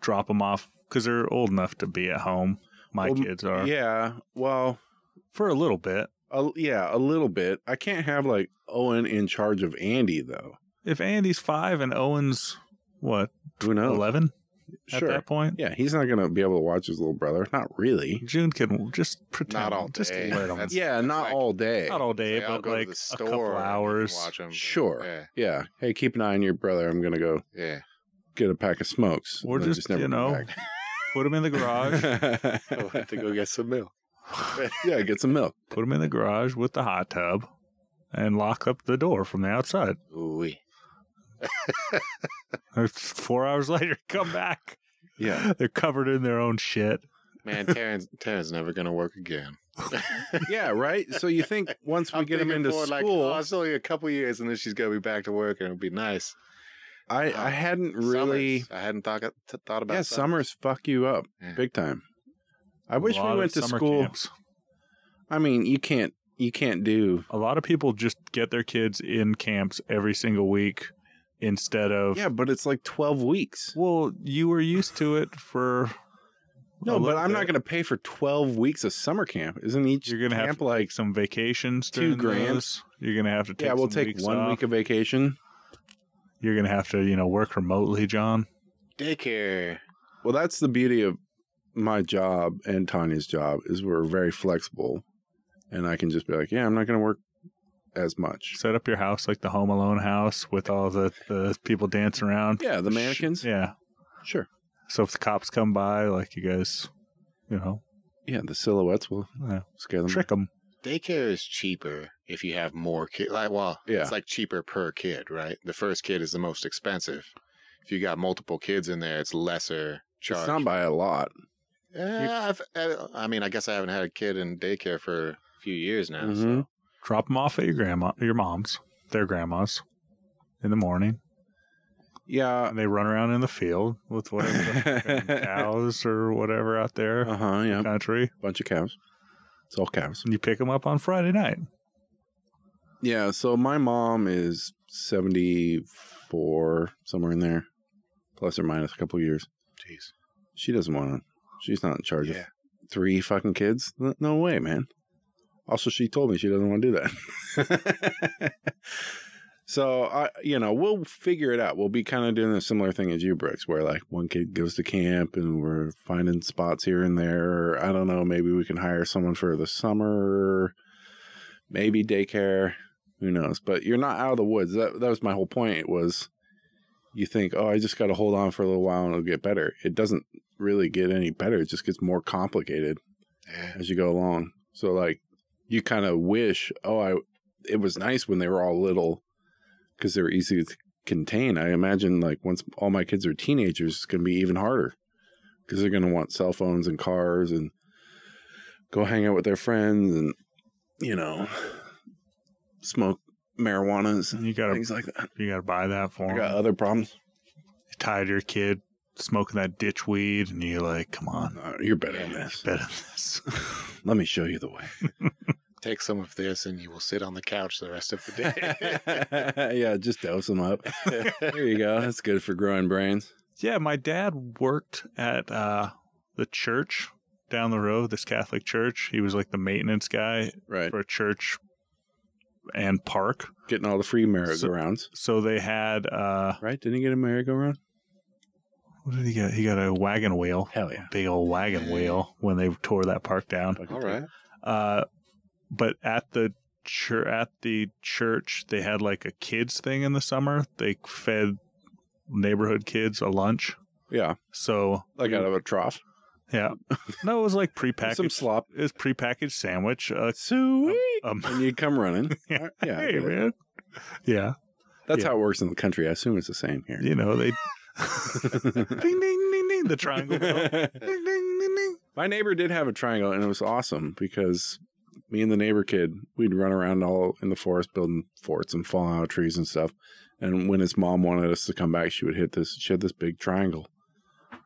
A: drop them off because they're old enough to be at home. My
C: Well,
A: kids are
C: Yeah, well,
A: for a little bit.
C: a, yeah, a little bit. I can't have like Owen in charge of Andy though.
A: If Andy's five and Owen's what
C: Who knows?
A: eleven
C: Oh, Sure.
A: at that point,
C: Yeah, he's not gonna be able to watch his little brother. Not really.
A: June can just pretend.
B: Not all
A: Just
B: day.
A: let 'em.
B: That's-
C: Yeah, not
B: like-
C: all day.
A: Not all day,
B: I'll
A: but
B: go to
A: like
B: the
A: a
B: store
A: couple
B: and
A: hours.
B: Watch them.
C: Sure.
B: Yeah.
C: yeah. Hey, keep an eye on your brother. I'm gonna go
B: Yeah.
C: get a pack of smokes.
A: Or
C: And I
A: just, you
C: come
A: know, Put them in the garage.
C: back.
B: I'll have to go get some milk.
C: yeah, get some milk.
A: put them in the garage with the hot tub, and lock up the door from the outside.
B: Ooh.
A: Four hours later, come back.
C: Yeah.
A: They're covered in their own shit.
B: Man, Taryn's Taryn's never gonna work again.
C: Yeah, right. So you think once we
B: I'm
C: get him
B: thinking
C: into
B: forward,
C: school,
B: like, oh, it's only a couple years, and then she's gonna be back to work, and it'll be nice.
C: I I hadn't really.
B: Summers. I hadn't thought t- thought about.
C: yeah,
B: summers.
C: summers fuck you up
B: Yeah.
C: big time. I wish
A: A
C: we
A: lot of
C: went to
A: summer
C: school.
A: camps.
C: I mean, you can't you can't do.
A: A lot of people just get their kids in camps every single week instead of.
C: Yeah, but it's like twelve weeks.
A: Well, you were used to it for.
C: No,
A: a
C: but
A: little
C: I'm not
A: bit.
C: going to pay for twelve weeks of summer camp. Isn't each
A: You're gonna have
C: camp
A: to
C: like
A: take some vacations.
C: two
A: during
C: grand?
A: those. You're gonna have to take.
C: yeah? We'll
A: some
C: take
A: weeks
C: one
A: off.
C: week of vacation.
A: You're gonna have to, you know, work remotely, John.
B: daycare.
C: Well, that's the beauty of my job and Tanya's job is we're very flexible, and I can just be like, yeah, I'm not going to work as much.
A: Set up your house like the Home Alone house with all the, the people dancing around.
C: Yeah, the
A: Sh-
C: mannequins.
A: Yeah.
C: Sure.
A: So if the cops come by, like you guys, you know,
C: Yeah, the silhouettes will
A: Yeah.
C: scare them.
A: trick them.
B: Daycare is cheaper if you have more kids. Like, well,
C: Yeah.
B: it's like cheaper per kid, right? The first kid is the most expensive. If you got multiple kids in there, it's lesser charge.
C: It's not by a lot.
B: yeah, I've, I- I mean, I guess I haven't had a kid in daycare for a few years now.
A: Mm-hmm.
B: So.
A: Drop them off at your grandma, your mom's, their grandma's, in the morning,
C: Yeah.
A: and they run around in the field with whatever the fucking cows or whatever out there, in
C: Uh huh. Yeah.
A: the country,
C: Bunch of cows. It's all cows.
A: and you pick them up on Friday night.
C: Yeah. So my mom is 74, somewhere in there, plus or minus a couple years.
B: Jeez.
C: She doesn't want to. She's not in charge
B: Yeah.
C: of three fucking kids. N- No way, man. Also, she told me she doesn't want to do that. so I, you know, we'll figure it out. We'll be kind of doing a similar thing as you, Brooks, where like one kid goes to camp and we're finding spots here and there. Or I don't know. Maybe we can hire someone for the summer. Maybe daycare. Who knows? But you're not out of the woods. That that was my whole point. It was. You think, oh, I just got to hold on for a little while and it'll get better. It doesn't really get any better. It just gets more complicated
B: Yeah.
C: as you go along. So like you kind of wish, oh, I it was nice when they were all little because they were easy to contain. I imagine like once all my kids are teenagers, it's gonna be even harder because they're gonna want cell phones and cars and go hang out with their friends and you know smoke marijuanas and
A: And you gotta,
C: things like that.
A: you gotta buy that for
C: I
A: them.
C: got other problems.
A: You tired your kid smoking that ditch weed, and you're like, come on,
C: No, you're better than this.
A: better than this.
C: Let me show you the way.
B: Take some of this, and you will sit on the couch the rest of the day.
C: yeah, just dose them up. There you go. That's good for growing brains.
A: Yeah, my dad worked at uh, the church down the road, this Catholic church. He was like the maintenance guy
C: Right.
A: for a church and park.
C: Getting all the free merry-go-rounds.
A: So they had uh,
C: right? Didn't he get a merry-go-round?
A: what did he get? He got a wagon wheel,
C: Hell yeah.
A: big old wagon wheel when they tore that park down.
C: Fucking
B: All right.
A: Uh, but at the chur- at the church, they had like a kids thing in the summer. They fed neighborhood kids a lunch.
C: Yeah.
A: So
C: Like out of a trough.
A: yeah, no, it was like prepackaged.
C: Some slop.
A: it was prepackaged sandwich. Uh,
C: Sweet.
A: um,
C: and you'd come running.
A: Yeah.
C: Yeah. I
A: hey
C: get it.
A: man, yeah,
C: That's
A: Yeah.
C: how it works in the country. I assume it's the same here.
A: you know they ding ding ding ding the triangle. bell. Ding, ding, ding, ding.
C: My neighbor did have a triangle, and it was awesome because me and the neighbor kid, we'd run around all in the forest building forts and falling out of trees and stuff. And when his mom wanted us to come back, she would hit this. She had this big triangle.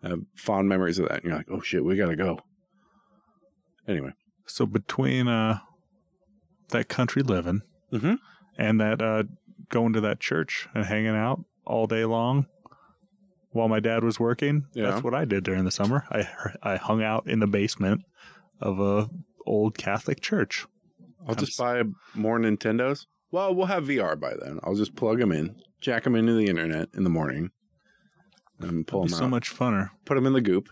C: I have fond memories of that. And you're like, oh shit, we gotta go. Anyway.
A: So between uh, that country living
C: Mhm.
A: and that uh, going to that church and hanging out all day long while my dad was working,
C: Yeah.
A: that's what I did during the summer. I I hung out in the basement of a old Catholic church.
C: I'll
A: I'm
C: just
A: s-
C: buy more Nintendos. Well, we'll have VR by then. I'll just plug them in, jack them into the internet in the morning, and pull
A: It'd be
C: them out.
A: so much funner.
C: Put them in the goop.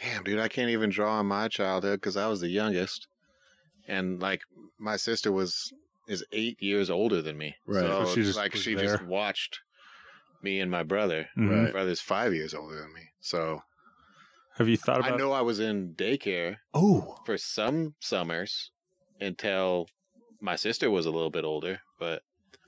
B: Damn, dude, I can't even draw on my childhood because I was the youngest, and like my sister was is eight years older than me.
C: Right.
B: So,
A: So she
B: it's
A: just
B: like
A: was
B: she
A: there.
B: just watched me and my brother.
A: Mhm.
B: My brother's five years older than me, so
A: Have you thought about?
B: I know I was in daycare
A: Oh,
B: for some summers until my sister was a little bit older. But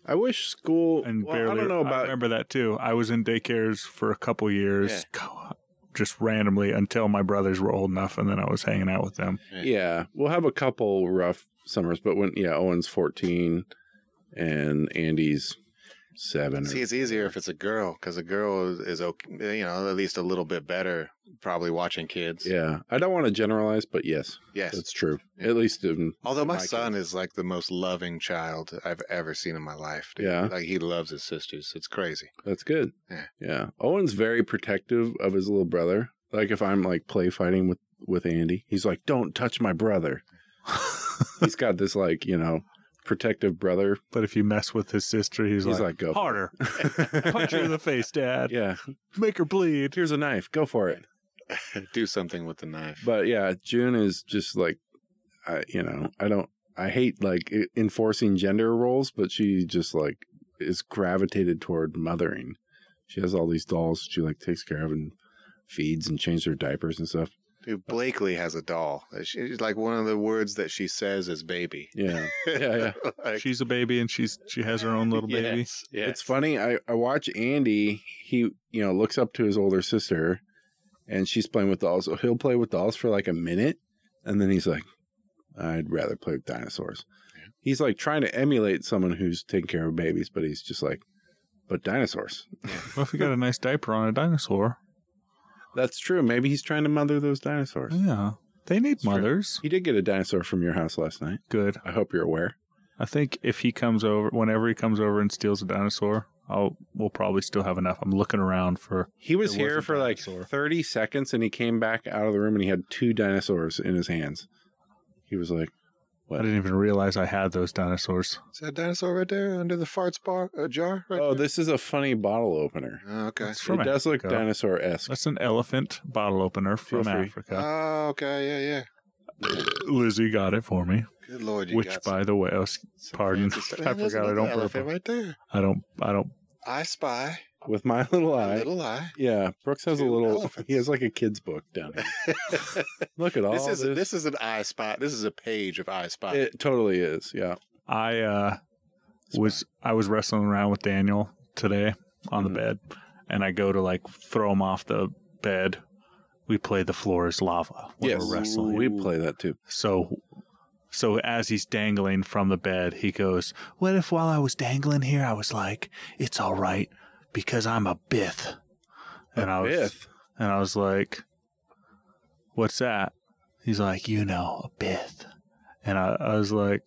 C: I wish school.
A: and
C: well,
A: barely.
C: I don't know about.
A: remember that too. I was in daycares for a couple years, co- just randomly until my brothers were old enough, and then I was hanging out with them.
C: yeah, we'll have a couple rough summers, but when yeah, Owen's fourteen, and Andy's seven. or-
B: see, it's easier if it's a girl because a girl is, is okay, you know, at least a little bit better probably watching kids.
C: yeah, I don't want to generalize, but yes,
B: Yes.
C: that's true. At least in
B: Although my
C: my
B: son is like the most loving child I've ever seen in my life. dude.
C: Yeah.
B: Like he loves his sisters. It's crazy.
C: That's good.
B: Yeah.
C: Yeah. Owen's very protective of his little brother. Like if I'm like play fighting with with Andy, he's like, "Don't touch my brother." he's got this like you know protective brother.
A: But if you mess with his sister, he's,
C: He's, like, "Go for
A: harder,
C: it."
A: punch her in the face, Dad,
C: yeah.
A: make her bleed.
C: Here's a knife. Go for it.
B: Do something with the knife.
C: But yeah, June is just like, I you know, I don't. I hate like e- enforcing gender roles, but she just like is gravitated toward mothering. She has all these dolls she like takes care of and feeds and changes her diapers and stuff.
B: Dude, Blakely has a doll. She's like one of the words that she says is baby.
C: Yeah. yeah.
B: like,
A: She's a baby, and she's she has her own little baby.
B: Yes, yes.
C: It's funny. I, I watch Andy. He you know looks up to his older sister, and she's playing with dolls. So he'll play with dolls for like a minute, and then he's like, "I'd rather play with dinosaurs." He's like trying to emulate someone who's taking care of babies, but he's just like, "But dinosaurs."
A: Well, if you got a nice diaper on a dinosaur,
C: That's true. Maybe he's trying to mother those dinosaurs.
A: yeah, they need
C: true.
A: mothers.
C: He did get a dinosaur from your house last night.
A: Good.
C: I hope you're aware.
A: I think if he comes over, whenever he comes over and steals a dinosaur, I'll we'll probably still have enough. I'm looking around for
C: He
A: It was
C: was here
A: a
C: for like
A: dinosaur.
C: 30 seconds and he came back out of the room and he had two dinosaurs in his hands. He was like,
A: I didn't even realize I had those dinosaurs.
B: Is that dinosaur right there under the farts bar uh, jar? Right
C: Oh,
B: there?
C: this is a funny bottle opener.
B: Oh, okay.
A: It's from
C: it does look
A: Africa.
C: dinosaur esque.
A: That's an elephant bottle opener
C: Feel
A: from
C: free. Uh,
A: Africa.
B: Oh, okay. Yeah, yeah.
A: Lizzie got it for me,
B: Good lord, you
A: which,
B: got
A: by the way, I, was-
B: some
A: pardon,
B: fancy stuff.
A: I
B: Man, there's
A: forgot I
B: another
A: don't
B: elephant
A: purple.
B: right there.
A: I don't, I don't.
B: I spy.
C: With my little
B: a
C: eye.
B: Little eye.
C: yeah, Brooks has a
B: Two
C: little.
B: elephants.
C: He has like a kid's book down here. Look at all
B: this
C: this.
B: is this is an eye spy. This is a page of eye spy.
C: It totally is. Yeah.
A: I uh, was, I was wrestling around with Daniel today on
C: Mhm.
A: the bed, and I go to like throw him off the bed. We play the floor is lava when
C: Yes.
A: we're wrestling.
C: We play that too.
A: So, so as he's dangling from the bed, he goes, "What if while I was dangling here, I was like, it's all right because I'm a bith." And I was,
C: Biff.
A: And I was like, What's that? He's like, You know, a bith. And I, I was like,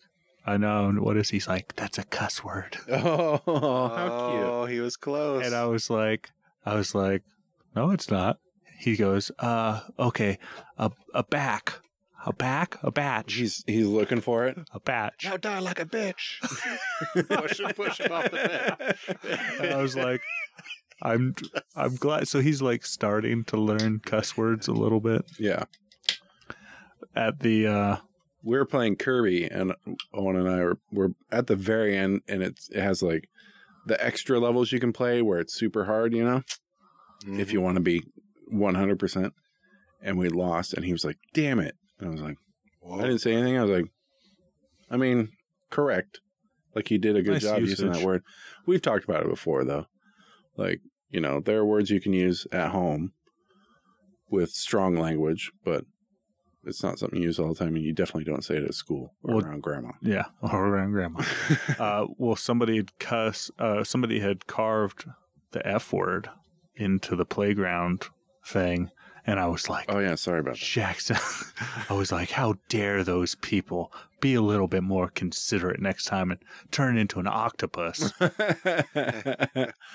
A: I know. And what is he? He's like, That's a cuss word.
C: Oh, how cute.
B: oh, he was close.
A: And I was like, I was like, No, it's not. He goes, Uh, okay, a, a back. A back? A batch.
C: He's he's looking for it.
A: A batch.
B: now die like a bitch. push him, push him off the
A: And I
B: bed.
A: was like, I'm I'm glad. So he's like starting to learn cuss words a little bit
C: Yeah.
A: at the uh
C: we were playing Kirby, and Owen and I were, were at the very end, and it's, it has like the extra levels you can play where it's super hard, you know, if you want to be 100%. And we lost, and he was like, damn it. And I was like,
B: Mm-hmm.
C: I didn't say anything. I was like, I mean, correct. Like, you did a good
A: Nice
C: job using that
A: usage.
C: word. We've talked about it before, though. Like, you know, there are words you can use at home with strong language, but it's not something you use all the time, and you definitely don't say it at school or
A: Well,
C: around grandma.
A: Yeah, or around grandma. uh, well, somebody had cuss. Uh, somebody had carved the F word into the playground thing, And I was like,
C: Oh yeah, sorry about that.
A: Jackson, I was like, how dare those people be a little bit more considerate next time and turn into an octopus?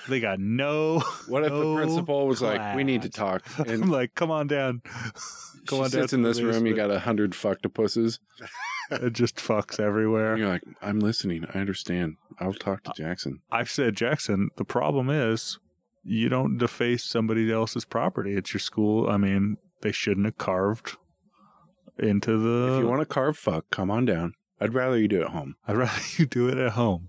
A: they got no.
C: what if the
A: no
C: principal was like, "We need to
A: class.
C: talk"?
A: I'm
C: And
A: like, come on down,
C: she
A: go on down
C: sits
A: to
C: in
A: the
C: this room. You
A: basement."
C: got a hundred fucktopusses.
A: it just fucks
C: And
A: everywhere.
C: you're like, "I'm listening. I understand. I'll talk to Jackson."
A: I've said, Jackson, the problem is you don't deface somebody else's property. It's your school. I mean, they shouldn't have carved into the.
C: if you want to carve fuck, come on down. I'd rather you do it home.
A: I'd rather you do it at home.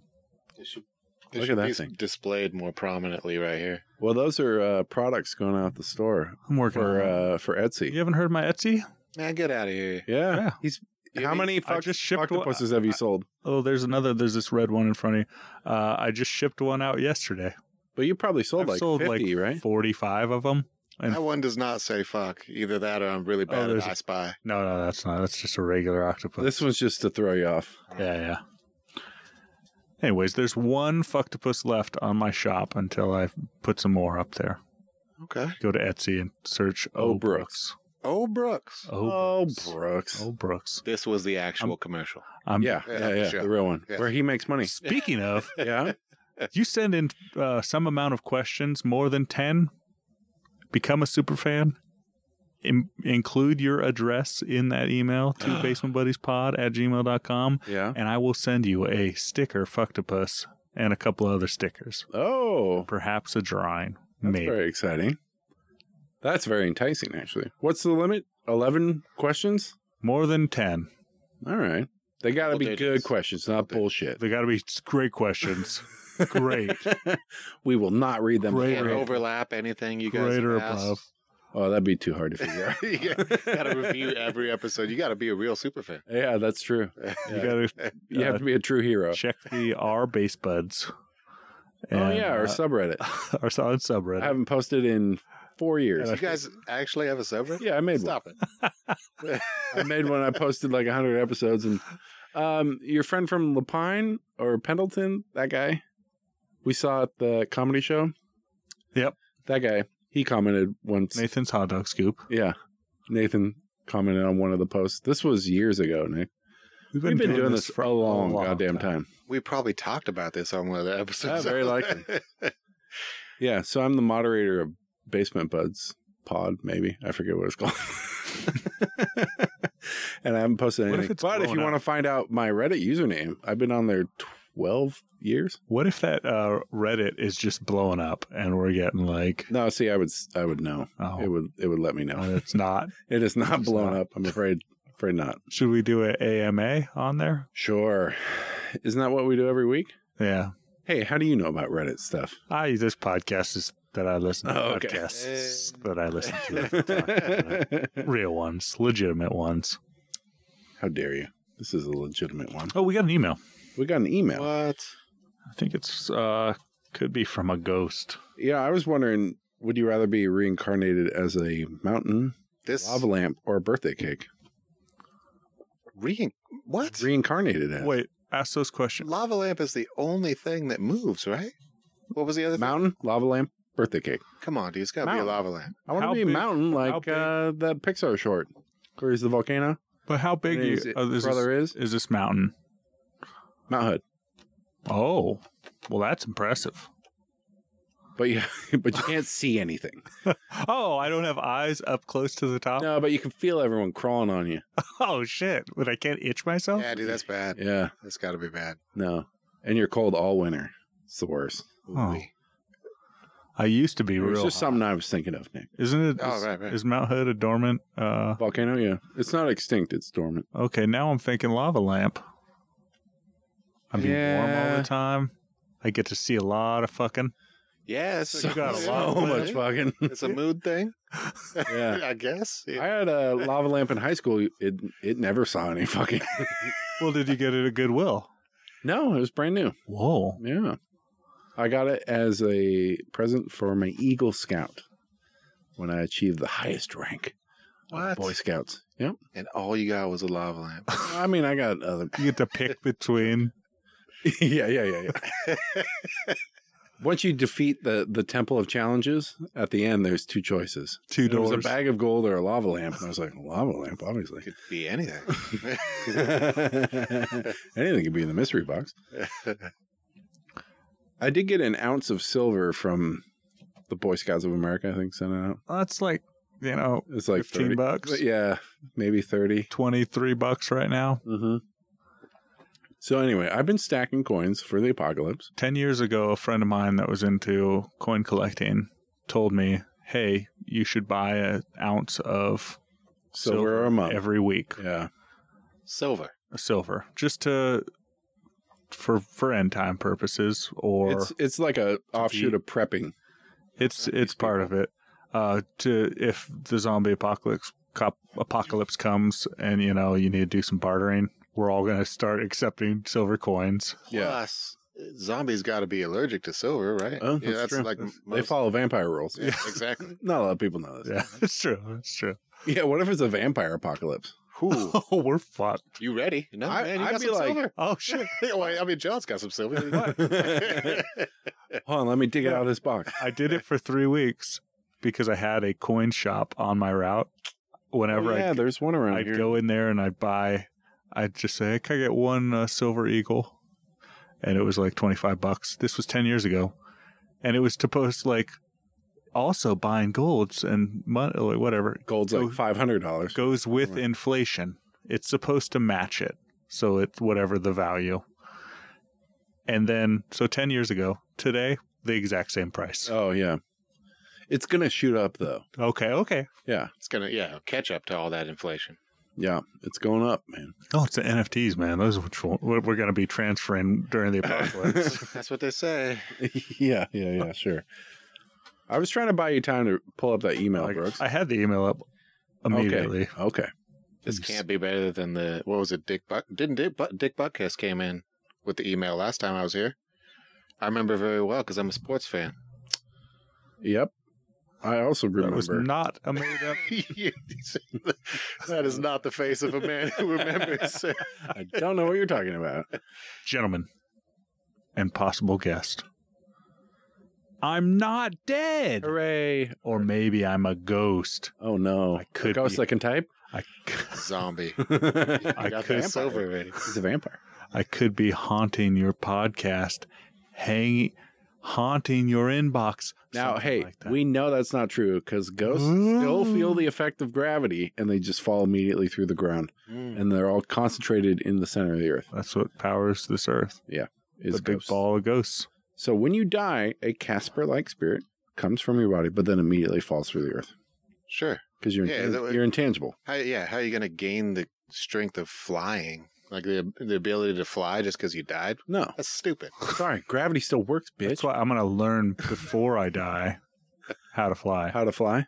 B: It should,
C: Look at
B: should
C: that
B: be
C: thing.
B: displayed more prominently right here.
C: Well, those are uh, products going out the store
A: I'm working
C: for
A: on it.
C: uh, for Etsy.
A: You haven't heard my Etsy?
B: Man, get out of here.
C: Yeah.
A: Yeah.
C: He's
B: You
C: how
B: mean-
C: many
A: I
C: fuck,
A: just shipped one-
C: octopuses have you
A: I-
C: sold?
A: Oh, there's another. There's this red one in front of you. Uh, I just shipped one out yesterday.
C: But you probably sold
A: I've
C: like
A: sold
C: 50,
A: like
C: right?
A: 45 of them. And
B: That one does not say fuck. Either that or I'm really bad
A: there's
B: at
A: a-
B: I Spy.
A: no, no, that's not. That's just a regular octopus.
C: This one's just to throw you off.
A: Yeah, yeah. Anyways, there's one fucktopus left on my shop until I put some more up there.
B: Okay.
A: Go to Etsy and search
C: Oh,
A: O Brooks.
B: Oh, Brooks.
A: O Oh, Brooks.
C: Brooks.
A: O Brooks.
B: This was the actual commercial.
A: I'm,
C: yeah,
B: Yeah,
C: yeah, yeah,
B: sure.
C: The real one
B: Yeah.
C: where he makes money.
A: Speaking of,
C: Yeah.
A: you send in uh, some amount of questions, more than 10, become a super fan. In- include your address in that email to basementbuddiespod at gmail.com,
C: Yeah.
A: and I will send you a sticker, fucktopus, and a couple other stickers.
C: Oh,
A: Perhaps a drawing.
C: that's
A: Maybe.
C: very exciting. That's very enticing, actually. What's the limit? 11 questions?
A: More than 10.
C: All right. They got to
B: Double
C: be good
B: digits.
C: questions, not
B: Double
C: bullshit.
A: They got to be great questions. Great.
C: we will not read them.
A: Great.
B: Can't
A: Greater-
B: overlap anything you guys
A: greater
B: have asked.
A: above.
C: Oh, that'd be too hard to figure out.
B: you gotta review every episode. You gotta be a real super fan.
C: Yeah, that's true.
A: You got
C: You
A: Uh,
C: have to be a true hero.
A: to check the R base buds.
C: oh
A: and,
C: yeah, our
A: uh,
C: subreddit.
A: our solid
C: I
A: subreddit.
C: haven't posted in four years.
B: you guys actually have a subreddit?
C: Yeah, I made one.
B: Stop it.
C: I made one. I posted like hundred episodes, and um, your friend from Lapine or Pendleton, that guy we saw at the comedy show.
A: Yep.
C: that guy. He commented once.
A: Nathan's hot dog scoop.
C: Yeah, Nathan commented on one of the posts. This was years ago, Nick. We've been, doing, this for a long, goddamn time.
B: We probably talked about this on one of the episodes.
C: Yeah, very likely. Yeah, so I'm the moderator of Basement Buds Pod, maybe. I forget what it's called. and I haven't posted
A: What if
C: anything.
A: it's
C: but if
A: blown
C: you
A: up?
C: want to find out my Reddit username, I've been on there 12 years.
A: What if that uh, Reddit is just blowing up and we're getting like,
C: No, see, I would s- I would know.
A: oh,
C: It would it would let me
A: no,
C: know.
A: it's not.
C: It is not
A: It's
C: blown
A: not.
C: up. I'm afraid afraid not.
A: Should we do an AMA on there?
C: Sure. Isn't that what we do every week?
A: Yeah.
C: Hey, how do you know about Reddit stuff?
A: I this podcast is that I listen to.
C: Oh, okay.
A: Podcasts
B: Eh.
A: that I listen to. talk about it. Real ones, legitimate ones.
C: how dare you? This is a legitimate one.
A: Oh, we got an email.
C: We got an email.
B: What?
A: I think it's uh could be from a ghost.
C: Yeah, I was wondering, would you rather be reincarnated as a mountain,
B: This
C: lava lamp, or a birthday cake?
B: re- what?
C: Reincarnated as
A: Wait, ask those questions.
B: Lava lamp is the only thing that moves, right? What was the other thing?
C: mountain, lava lamp, birthday cake.
B: Come on, dude. It's gotta
C: Mountain.
B: be a lava lamp.
C: I want
A: How
C: to be a
A: big-
C: mountain like
A: big-
C: uh, that Pixar short. Where is the volcano?
A: But how big
C: And his
A: is, oh, this
C: brother
A: is,
C: is
A: is this mountain?
C: Mount Hood,
A: Oh, well, that's impressive.
C: but you but you can't see anything.
A: Oh, I don't have eyes up close to the top.
C: No, but you can feel everyone crawling on you.
A: Oh shit! But I can't itch myself.
B: Yeah, dude, that's bad.
C: Yeah,
B: That's gotta be bad.
C: no, and you're cold all winter. It's the worst.
A: Oh,
B: Ooh-wee.
A: I used to be
C: It
A: real.
C: was just
A: hot.
C: something I was thinking of, Nick.
A: Isn't it?
B: Oh,
A: is-
B: right, right.
A: Is Mount Hood a dormant? Uh,
C: Volcano, yeah, it's not extinct. It's dormant.
A: okay, now I'm thinking lava lamp. I'd be warm all
C: Yeah.
A: the time. I get to see a lot of fucking.
B: yeah, it's
C: So,
A: You got a lot
C: so
A: of money.
C: much fucking.
B: It's a mood thing,
C: Yeah.
B: I guess.
C: I had a lava lamp in high school. It it never saw any fucking.
A: Well, did you get it at Goodwill?
C: No, it was brand new.
A: Whoa!
C: Yeah, I got it as a present for my Eagle Scout when I achieved the highest rank. of
B: What?
C: Boy Scouts. Yep.
B: And all you got was a lava lamp.
C: I mean, I got other.
A: You get to pick between.
C: yeah, yeah, yeah, yeah. Once you defeat the the Temple of Challenges, at the end there's two choices.
A: Two
C: There was a
A: doors.
C: bag of gold or a lava lamp, and I was like, lava lamp, obviously.
B: Could be anything.
C: Anything could be in the mystery box. I did get an ounce of silver from the Boy Scouts of America. I think sent it out.
A: That's like, you know,
C: It's like
A: 15
C: 30.
A: bucks.
C: But yeah, maybe thirty.
A: 23 bucks right now.
C: Mm-hmm. So anyway, I've been stacking coins for the apocalypse.
A: 10 years ago, a friend of mine that was into coin collecting told me, hey, you should buy an ounce of
C: Silver, or a month.
A: every week,
C: yeah,
B: Silver.
A: silver, just to, for, for end time purposes, or
C: it's it's like a offshoot of prepping.
A: It's
B: Right,
A: it's
B: these
A: part of it. Uh, to if the zombie apocalypse cop, apocalypse comes and you know you need to do some bartering, we're all gonna start accepting silver coins.
C: Yeah.
B: Plus, zombies got to be allergic to silver, right?
C: Oh, that's true.
B: like
C: They
B: most-
C: follow vampire rules.
B: Yeah, exactly.
C: Not a lot of people know this.
A: Yeah, it's true. It's true.
C: Yeah, what if it's a vampire apocalypse?
B: Who?
A: Oh, we're fucked.
B: You ready? No,
C: I-
B: man, you
C: I'd
B: got
C: be
B: some
C: like-
B: silver.
A: Oh shit.
B: Well, I mean, John's got some silver.
C: Hold on, let me dig it out of this box.
A: I did it for three weeks because I had a coin shop on my route. Whenever
C: yeah, there's one
A: I
C: around
A: I'd
C: here.
A: go in there and I'd buy, I'd just say, can I get one uh, silver eagle? And it was like 25 bucks. This was 10 years ago. And it was to post like also buying golds and mon- like whatever
C: Gold's
A: Go-
C: like five hundred dollars.
A: goes with
C: Right.
A: inflation. It's supposed to match it. So it's whatever the value. And then, so 10 years ago, today, the exact same price.
C: Oh yeah, it's gonna shoot up though.
A: Okay, okay.
C: Yeah,
B: it's gonna, yeah, catch up to all that inflation.
C: yeah, it's going up, man.
A: Oh, it's the NFTs, man. Those are which we'll- we're going to be transferring during the apocalypse.
B: That's what they say.
C: yeah, yeah, yeah, sure. I was trying to buy you time to pull up that email,
A: Like,
C: Brooks.
A: I had the email up
C: Okay,
A: immediately.
C: Okay.
B: This can't be better than the what was it? Dick Buck didn't Dick Buck Dick Buckus came in with the email last time I was here. I remember very well because I'm a sports fan.
C: Yep. I also
A: That was
C: remember.
A: not a made up.
B: that is not the face of a man who remembers.
C: I don't know what you're talking about.
A: Gentlemen and possible guest. I'm not dead.
C: Hooray!
A: Or maybe I'm a ghost.
C: Oh no,
A: I could
C: A ghost
A: be.
C: that can type.
A: I,
B: Zombie.
C: He's a
A: I
B: You got
A: could-
B: that silver ready.
C: vampire.
A: I could be haunting your podcast, hanging, haunting your inbox.
C: Now,
A: something
C: hey,
A: like that. Mm.
C: we know that's not true because ghosts still feel the effect of gravity and they just fall immediately through the ground
B: Hmm,
C: and they're all concentrated in the center of the earth.
A: That's what powers this earth.
C: Is
A: the big
C: ghosts.
A: ball of ghosts.
C: So when you die, a Casper like spirit comes from your body but then immediately falls through the earth
B: Sure.
C: because you're,
B: Yeah,
C: intan-
B: that would-
C: you're intangible.
B: How, yeah. How are you going to gain the strength of flying? Like the the ability to fly just because you died?
C: No,
B: That's stupid.
C: sorry, gravity still works, bitch.
A: That's why I'm going to learn before I die how to fly.
C: How to fly?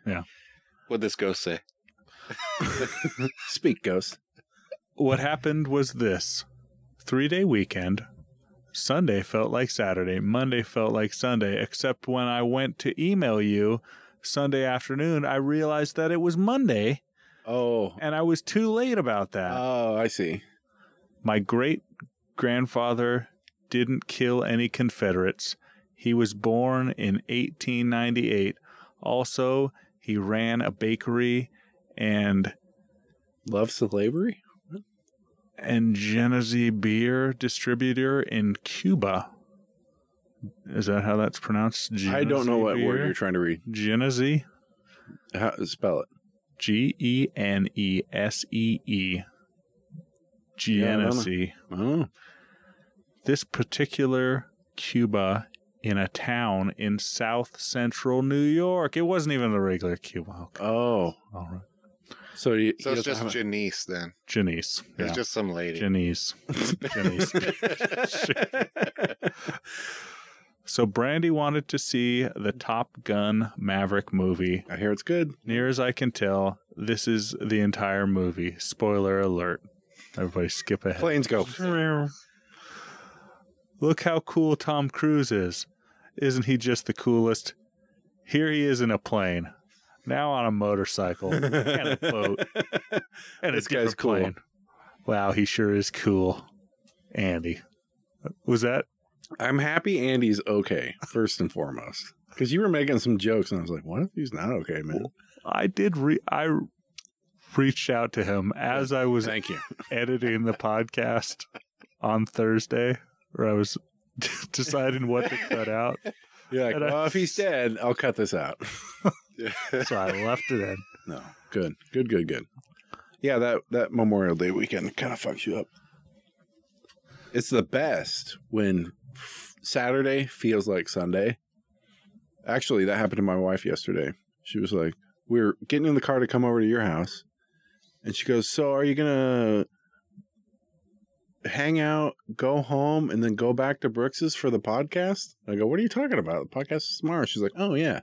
B: What'd this ghost say?
C: Speak, ghost.
A: what happened was this three day weekend. Sunday felt like Saturday. Monday felt like Sunday, except when I went to email you Sunday afternoon, I realized that it was Monday
C: Oh,
A: and I was too late about that.
C: oh, I see.
A: My great grandfather didn't kill any Confederates. He was born in 1898. Also, he ran a bakery and
C: Love slavery?
A: and Genesee beer distributor in Cuba. Is that how that's pronounced?
C: I don't
A: Genesee
C: know what word
A: beer?
C: you're trying to read.
A: Genesee,
C: How, spell it.
A: G E N E S E E,
C: Yeah, I don't know.
A: Genesee.
C: Oh,
A: This particular Cuba in a town in South Central New York. It wasn't even the regular Cuba. Okay,
C: oh.
A: all right,
C: So, you,
B: So it's just Janice then.
A: Janice.
B: It's
A: Yeah.
B: just some lady.
A: Janice. Janice. So Brandy wanted to see the
C: Mm.
A: Top Gun Maverick movie.
C: I hear it's good.
A: Near as I can tell, this is the entire movie. Spoiler alert. Everybody skip ahead.
C: Planes go.
A: Look how cool Tom Cruise is. Isn't he just the coolest? Here he is in a plane. Now on a motorcycle and a boat and
C: This
A: a
C: guy's
A: different plane. Wow, he sure is cool. Andy. Was that
C: I'm happy Andy's okay, first and foremost. Because you were making some jokes, and I was like, what if he's not okay, man?
A: I did re I reached out to him as I was
C: Thank you.
A: editing the podcast on Thursday, where I was deciding what to cut out.
C: You're like,
A: And I-
C: well, if he's dead, I'll cut this out.
A: So I left it in.
C: No, good, good, good, good. Yeah, that that Memorial Day weekend kind of fucks you up. It's the best when f- Saturday feels like Sunday. Actually, that happened to my wife yesterday. She was like, "We were getting in the car to come over to your house," and she goes, "So, are you gonna hang out, go home, and then go back to Brooks's for the podcast?" I go, "What are you talking about? The podcast is tomorrow." She's like, "Oh yeah,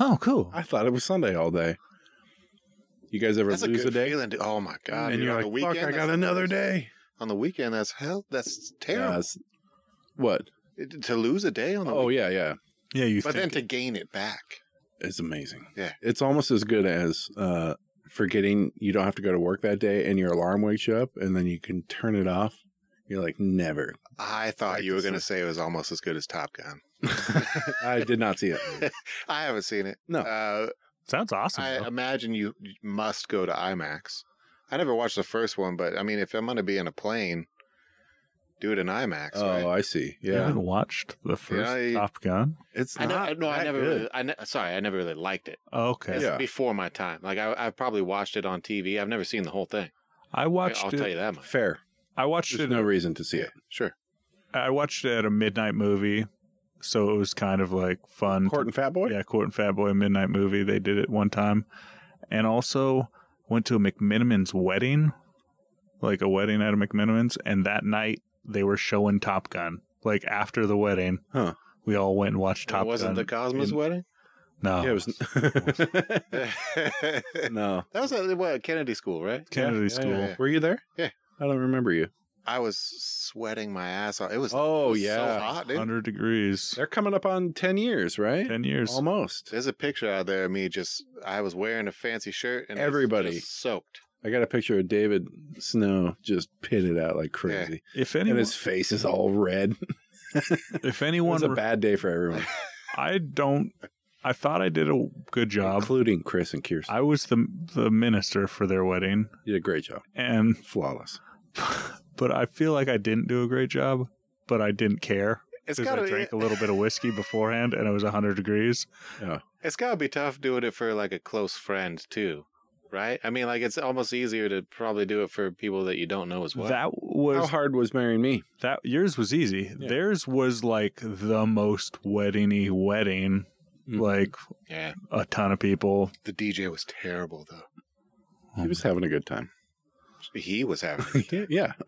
A: Oh, cool.
C: I thought it was Sunday all day." You guys ever
B: That's a
C: lose
B: good
C: a day?
B: feeling. dude. Oh my god!
C: and
B: dude,
C: you're
B: on
C: like,
B: the weekend,
C: fuck, I
B: that's
C: got
B: the
C: another
B: worst.
C: day.
B: On the weekend, that's hell. That's
C: Yeah,
B: terrible.
C: it's- what?
B: It- to lose a day on the
C: Oh,
B: weekend,
C: yeah, yeah.
A: Yeah, you
B: but then
A: think
B: to gain it back.
C: It's amazing.
B: Yeah.
C: It's almost as good as uh, forgetting you don't have to go to work that day and your alarm wakes you up and then you can turn it off. You're like, never.
B: I thought you were
C: Practice
B: going
C: it.
B: to say it was almost as good as Top Gun.
C: I did not see it.
B: I haven't seen it.
C: Mm. No.
B: Uh,
A: sounds awesome.
B: I
A: though.
C: um,
B: imagine you you must go to IMAX. I never watched the first one, but I mean, if I'm going to be in a plane, do it in IMAX.
C: Oh,
B: right?
C: I see.
A: You
C: Yeah.
A: haven't watched the first
B: I-
A: Top Gun?
C: It's
B: I,
C: not.
B: know, I no, I
C: that
B: never.
C: good.
B: Really, I ne- sorry, I never really liked it.
A: Okay.
B: It's
C: Yeah.
B: before my time. Like I, I probably watched it on TV. I've never seen the whole thing.
A: I
B: I-
A: watched
B: I'll
A: it.
B: tell you that much.
C: Fair.
A: I watched
C: There's
A: it.
C: no reason to see it.
B: Sure.
A: I watched it at a midnight movie, so it was kind of like fun. to-
C: Court and Fat Boy?
A: Oh, Yeah, Court and Fat Boy midnight movie. They did it one time, and also went to a McMiniman's wedding, like a wedding at a McMiniman's, and that night they were showing Top Gun. Like after the wedding,
C: Huh.
A: we all went and watched Top
B: it wasn't
A: Gun.
B: the Cosmos
A: in-
B: wedding.
A: no,
C: Yeah, it was.
B: that
C: no.
B: was at what, Kennedy School, right?
A: Kennedy
C: Yeah, yeah,
A: School.
C: yeah. Were you there?
B: Yeah.
C: I don't remember you.
B: I was sweating my ass off. It was it
C: Oh,
B: was so
C: yeah.
B: hot, dude.
A: Hundred degrees,
C: They're coming up on 10 years, right?
A: ten years.
C: Almost.
B: There's a picture out there of me just I was wearing a fancy shirt and I was
C: Everybody.
B: just soaked.
C: I got a picture of David Snow just pitted out like crazy,
A: If
C: and
A: anyone,
C: his face is all red.
A: if
C: It
A: anyone,
C: was a
A: re-
C: bad day for everyone,
A: I don't. I thought I did a good job.
C: including Chris and Kirsten.
A: I was the the minister for their wedding,
C: You did a great job,
A: and
C: flawless.
A: but I feel like I didn't do a great job, but I didn't care
B: It's
A: because I
B: gotta
A: drank a little bit of whiskey beforehand, and it was hundred degrees.
B: it's gotta be tough doing it for like a close friend too. Right? I mean like it's almost easier to probably do it for people that you don't know as well.
A: That
C: How
A: was
C: hard was marrying me?
A: that. Yours was easy.
C: Yeah.
A: Theirs was like the most weddingy wedding,
C: Mhm.
A: like
B: yeah.
A: a ton of people.
B: The DJ was terrible though.
C: He was having a good time.
B: He was having
C: yeah.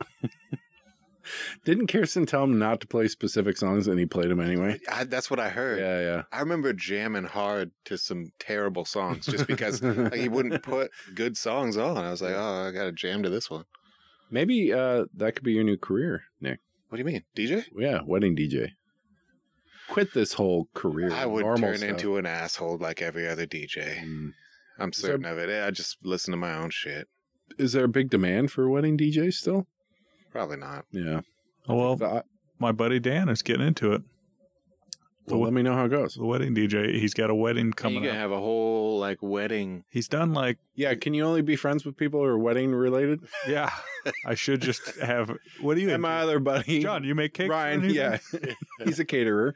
C: Didn't Kirsten tell him not to play specific songs, and he played them anyway?
B: I, that's what I heard.
C: Yeah, yeah.
B: I remember jamming hard to some terrible songs just because like, he wouldn't put good songs on. I was like, oh, I got to jam to this one.
C: Maybe uh, that could be your new career, Nick.
B: What do you mean, DJ?
C: Yeah, wedding DJ. Quit this whole career.
B: I would
C: normal
B: turn
C: stuff.
B: into an asshole like every other DJ.
C: Mm.
B: I'm
C: there-
B: certain of it. Eh, I just listen to my own shit.
C: Is there a big demand for wedding DJs still?
B: Probably not.
C: Yeah.
A: Oh, well,
C: Well,
A: my buddy Dan is getting into it.
C: well, let me know how it goes.
A: The wedding DJ. He's got a wedding
B: Coming
A: coming
B: you
A: up.
B: gonna have a whole like wedding.
A: He's done like
C: Yeah, can you only be friends with people who are wedding related?
A: yeah. I should just have. What do you?
C: And my other buddy,
A: John, you make cakes. or
C: Ryan,
A: anything?
C: yeah, he's a caterer.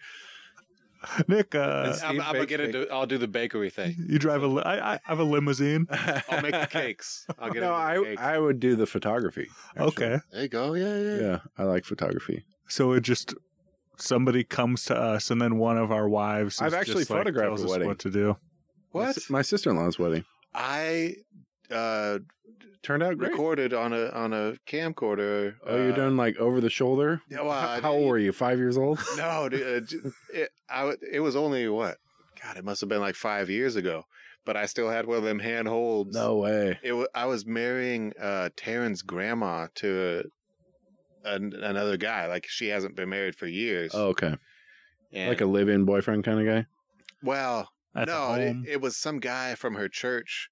A: Nick, uh,
C: Steve
B: I'm, I'm gonna
C: bakes
B: get into. I'll do the bakery thing.
A: you drive a. Li- I, I have a limousine.
B: I'll make the cakes. I'll get
C: no,
B: into
C: I
B: the cakes.
C: I would do the photography. actually.
A: Okay.
B: There you go. Yeah, yeah.
C: Yeah, I like photography.
A: So it just somebody comes to us, and then one of our wives. is
C: I've actually
A: just, like,
C: photographed
A: tells
C: a
A: us
C: wedding.
A: What to do?
C: My
B: What?
C: s- My sister in law's wedding
B: I uh
C: turned out great.
B: recorded on a on a camcorder.
C: oh, you're
B: uh,
C: doing like over the shoulder.
B: Yeah, well,
C: how,
B: I-
C: how old were you? Five years old.
B: No, dude, uh, j- it, I, w- it was only what? God, it must have been like five years ago. But I still had one of them handholds.
C: No way.
B: it. wa I was marrying uh, Taryn's grandma to a, an, another guy. Like she hasn't been married for years.
C: Oh, okay,
B: And-
C: like a live-in boyfriend kind of guy.
B: well,
A: At the
B: no, it,
A: home.
B: it was some guy from her church.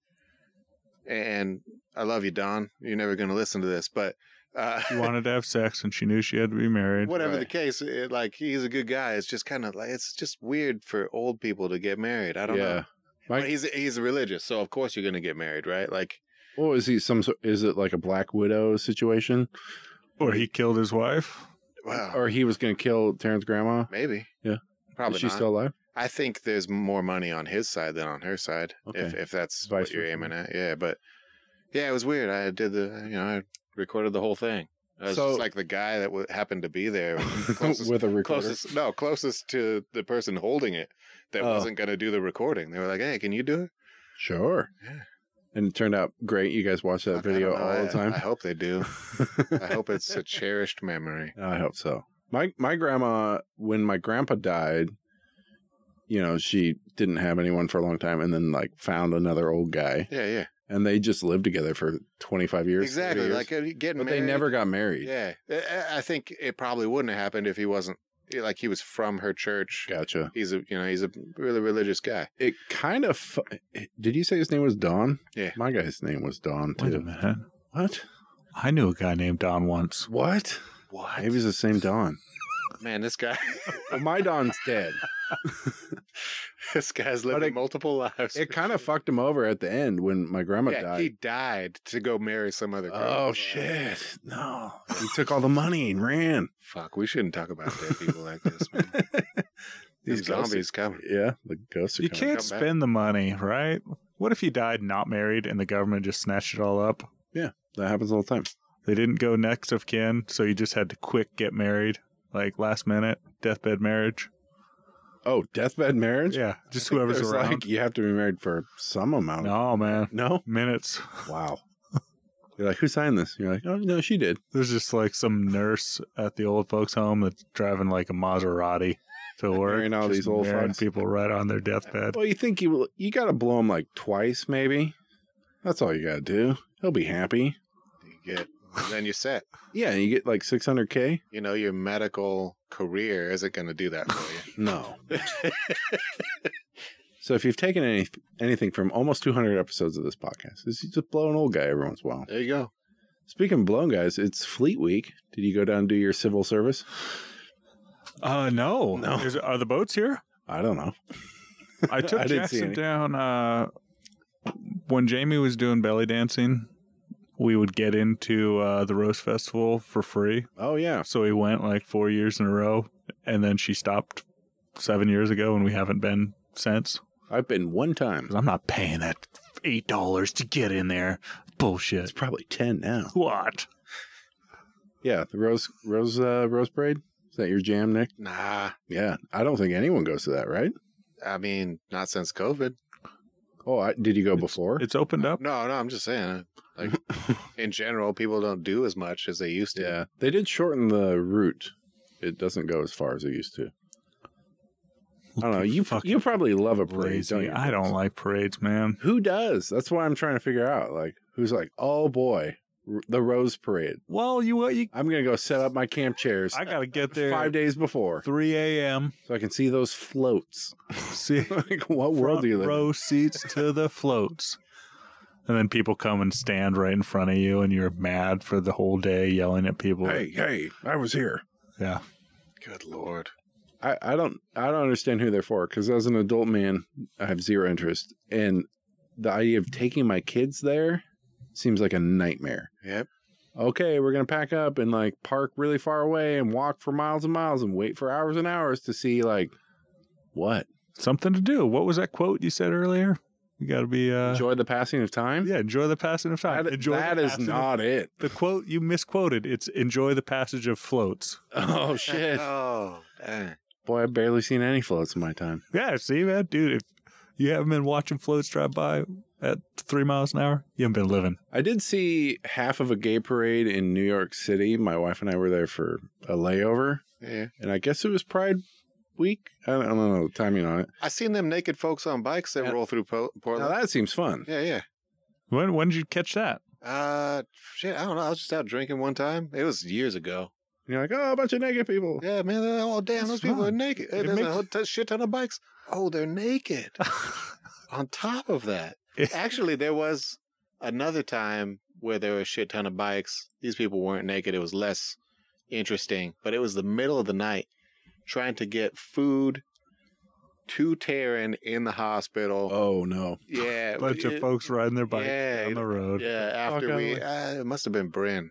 B: And I love you, Don. You're never going to listen to this, but Uh,
A: She wanted to have sex and she knew she had to be married.
B: whatever the
C: Right.
B: case, it, like he's a good guy. It's just kind of like it's just weird for old people to get married. I don't know.
C: Mike-
B: but he's he's religious, so of course you're gonna get married, right? Like
C: Well, is he some? sort- Is it like a Black Widow situation,
A: Or he killed his wife.
B: wow,
C: or he was going to kill Taryn's grandma?
B: maybe
C: Yeah.
B: probably
C: is she
B: not.
C: still alive?
B: I think there's more money on his side than on her side. If
C: Okay.
B: if that's
C: Vice
B: what you're
C: versa.
B: aiming at, yeah. But yeah, it was weird. I did the you know I recorded the whole thing. I was
C: So-
B: just like the guy that w- happened to be there, closest,
C: With a recorder.
B: closest no closest to the person holding it that
C: Oh.
B: wasn't going to do the recording. They were like, "Hey, can you do it?"
C: Sure.
B: Yeah.
C: And it turned out great. You guys watch that
B: Fuck, I
C: video
B: don't know.
C: all
B: I-
C: the time.
B: I hope they do. I hope it's a cherished memory.
C: I hope so. My my grandma, when my grandpa died, you know, she didn't have anyone for a long time, and then like found another old guy,
B: Yeah, yeah,
C: and they just lived together for twenty five years. 30
B: exactly.
C: years.
B: Like uh, getting
C: but
B: married.
C: they never got married.
B: Yeah, I- I I think it probably wouldn't have happened if he wasn't eh, like he was from her church.
C: Gotcha.
B: He's a you know he's a really religious guy.
C: It kind of. Fu- eh, Did you say his name was Don?
B: Yeah.
C: My guy's name was Don
A: Wait a
C: too.
A: minute.
C: What?
A: I knew a guy named Don once.
C: What?
B: What
C: Maybe it's the same Don.
B: man? This guy,
C: Well, my Don's dead.
B: this guy's
C: But
B: living
C: it-
B: multiple lives.
C: It kind of fucked him over at the end when my grandma
B: yeah,
C: died.
B: he died to go marry some other girl.
C: Oh shit! No, he took all the money and ran.
B: Fuck, we shouldn't talk about dead people like this. Man. These
C: ghosts-
B: zombies coming.
C: Yeah, the ghosts. Are
A: You
C: coming.
A: can't
B: come back.
A: spend the money, right? What if you died not married and the government just snatched it all up?
C: That happens all the time.
A: They didn't go next of kin, so you just had to quick get married, like last minute, deathbed marriage.
C: Oh, deathbed marriage.
A: Yeah, just
C: I think
A: whoever's
C: there's,
A: around.
C: you have to be married for some amount. of-
A: no, man.
C: no.
A: Minutes.
C: Wow. You're like, who signed this? You're like, oh no, she did.
A: There's just like some nurse at the old folks' home that's driving like a Maserati to work.
C: Marrying all
A: just
C: these old
A: marrying
C: fucks.
A: people right on their deathbed.
C: Well, you think you will, you got to blow him like twice, maybe. That's all you got to do. He'll be happy.
B: You get, then you're set.
C: Yeah, you get like 600k.
B: You know, your medical career isn't going to do that for you.
C: No. so if you've taken any anything from almost 200 episodes of this podcast, is you just blow an old guy every once in a while.
B: There you go.
C: Speaking of blown guys, it's Fleet Week. Did you go down and do your civil service?
A: Uh, no.
C: No.
A: Is- are the boats here?
C: I don't know.
A: I took
C: I didn't see
A: Jackson
C: any.
A: down uh, when Jamie was doing belly dancing. We would get into uh, the Rose Festival for free,
C: Oh yeah,
A: so we went like four years in a row, and then she stopped seven years ago, and we haven't been since.
C: I've been one time.
A: 'Cause I'm not paying that eight dollars to get in there.
C: It's
A: Bullshit.
C: probably ten now.
A: What?
C: Yeah, the rose rose uh, rose parade. Is that your jam, Nick?
B: Nah,
C: Yeah, I don't think anyone goes to that, right?
B: I mean, not since COVID.
C: Oh, I, did you go before?
A: It's opened up.
B: No, no, I'm just saying. Like in general, people don't do as much as they used to.
C: yeah, they did shorten the route. It doesn't go as far as it used to. I don't know. You
A: Fucking
C: you probably love a parade,
A: crazy.
C: don't you?
A: I don't like parades, man.
C: Who does? That's why I'm trying to figure out. Like, who's like, oh boy, r- the rose parade.
A: Well, you, you
C: I'm gonna go set up my camp chairs
A: I gotta get there
C: five days before
A: 3 a.m.
C: so I can see those floats.
A: See.
C: like, what world
A: front
C: do you live? in?
A: row seats to the floats. And then people come and stand right in front of you, and you're mad for the whole day, yelling at people.
C: Hey, hey, I was here.
A: Yeah,
B: Good lord.
C: I, I don't I don't understand who they're for because as an adult man, I have zero interest, and the idea of taking my kids there seems like a nightmare.
B: Yep.
C: Okay, we're gonna pack up and like park really far away and walk for miles and miles and wait for hours and hours to see like what
A: something to do. What was that quote you said earlier? You got to be, uh,
C: enjoy the passing of time.
A: yeah, enjoy the passing of time.
C: That-
A: enjoy
C: that
A: the
C: is
A: passing of-
C: not it.
A: the quote you misquoted. It's enjoy the passage of floats.
C: Oh shit,
B: Oh, dang.
C: boy! I've barely seen any floats in my time.
A: Yeah, see, man, dude, if you haven't been watching floats drive by at three miles an hour, you haven't been living.
C: I did see half of a gay parade in New York City. My wife and I were there for a layover,
B: Yeah.
C: and I guess it was Pride Week. I don't, I don't know the timing on it.
B: I seen them naked folks on bikes that
C: Yeah.
B: roll through po-
C: Now
B: Portland.
C: that seems fun.
B: yeah, yeah.
A: When when did you catch that?
B: Uh, shit. I don't know. I was just out drinking one time. It was years ago.
C: And you're like, oh, a bunch of naked people.
B: Yeah, man. they're- Oh, damn.
A: That's
B: those people are
A: fun.
B: naked. Hey,
A: It
B: there's a
A: makes-
B: whole t- shit ton of bikes. Oh, they're naked. on top of that,
A: Yeah.
B: actually, there was another time where there were a shit ton of bikes. These people weren't naked. It was less interesting, but it was the middle of the night trying to get food to Taryn in the hospital.
C: Oh no.
B: yeah.
A: Bunch of
B: it-
A: folks riding their bikes
B: yeah,
A: down the road.
B: Yeah, after
C: Okay.
B: we, uh, it must have been Bryn.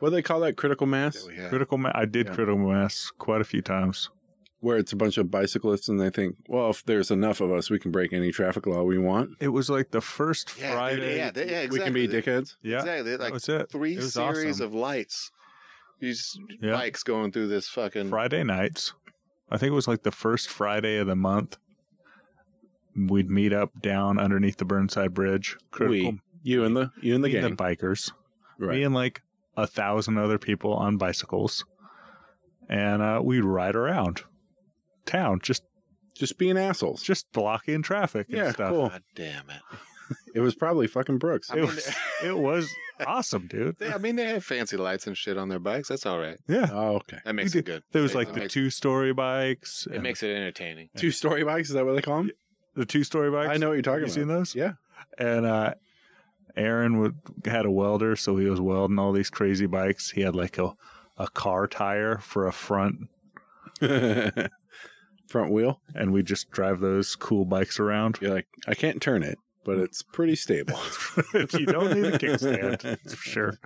C: What do they call that? Critical
B: that
C: mass,
B: we had.
A: Critical mass. I did
C: Yeah.
A: critical mass quite a few times.
C: where it's a bunch of bicyclists and they think, well, if there's enough of us, we can break any traffic law we want.
A: It was like the first
B: Yeah, dude,
A: Friday.
B: yeah, they- yeah, exactly.
C: We can be dickheads.
A: Yeah,
B: Exactly. Like
A: that's it.
B: three
A: It was
B: series
A: awesome.
B: of lights. These
A: Yeah.
B: bikes going through this fucking.
A: Friday nights. I think it was like the first Friday of the month. We'd meet up down underneath the Burnside Bridge.
C: We, you and the you and the
A: me and
C: gang,
A: bikers. Me
C: right?
A: and like a thousand other people on bicycles, and uh, we'd ride around town, just
C: Just being assholes.
A: just blocking traffic and
C: yeah,
A: stuff.
C: cool.
B: God damn it!
C: It was probably fucking Brooks.
A: It
B: I mean,
A: was it was awesome, dude.
B: they, I mean, they have fancy lights and shit on their bikes. That's all right.
A: Yeah,
C: Oh, okay.
B: That makes
A: do-
B: it good.
A: there was
B: It
A: like the
B: makes-
A: two story bikes.
B: It
A: and
B: makes it entertaining.
C: Two story bikes. Is that what they call them?
A: the two story bikes.
C: I know what you're talking
A: Have you
C: about.
A: seen those?
C: Yeah.
A: and uh Aaron would had a welder, so he was welding all these crazy bikes. He had like a a car tire for a front,
C: Front wheel.
A: and we just drive those cool bikes around.
C: You're like, I can't turn it, but it's pretty stable.
A: if you don't need a kickstand, that's for sure.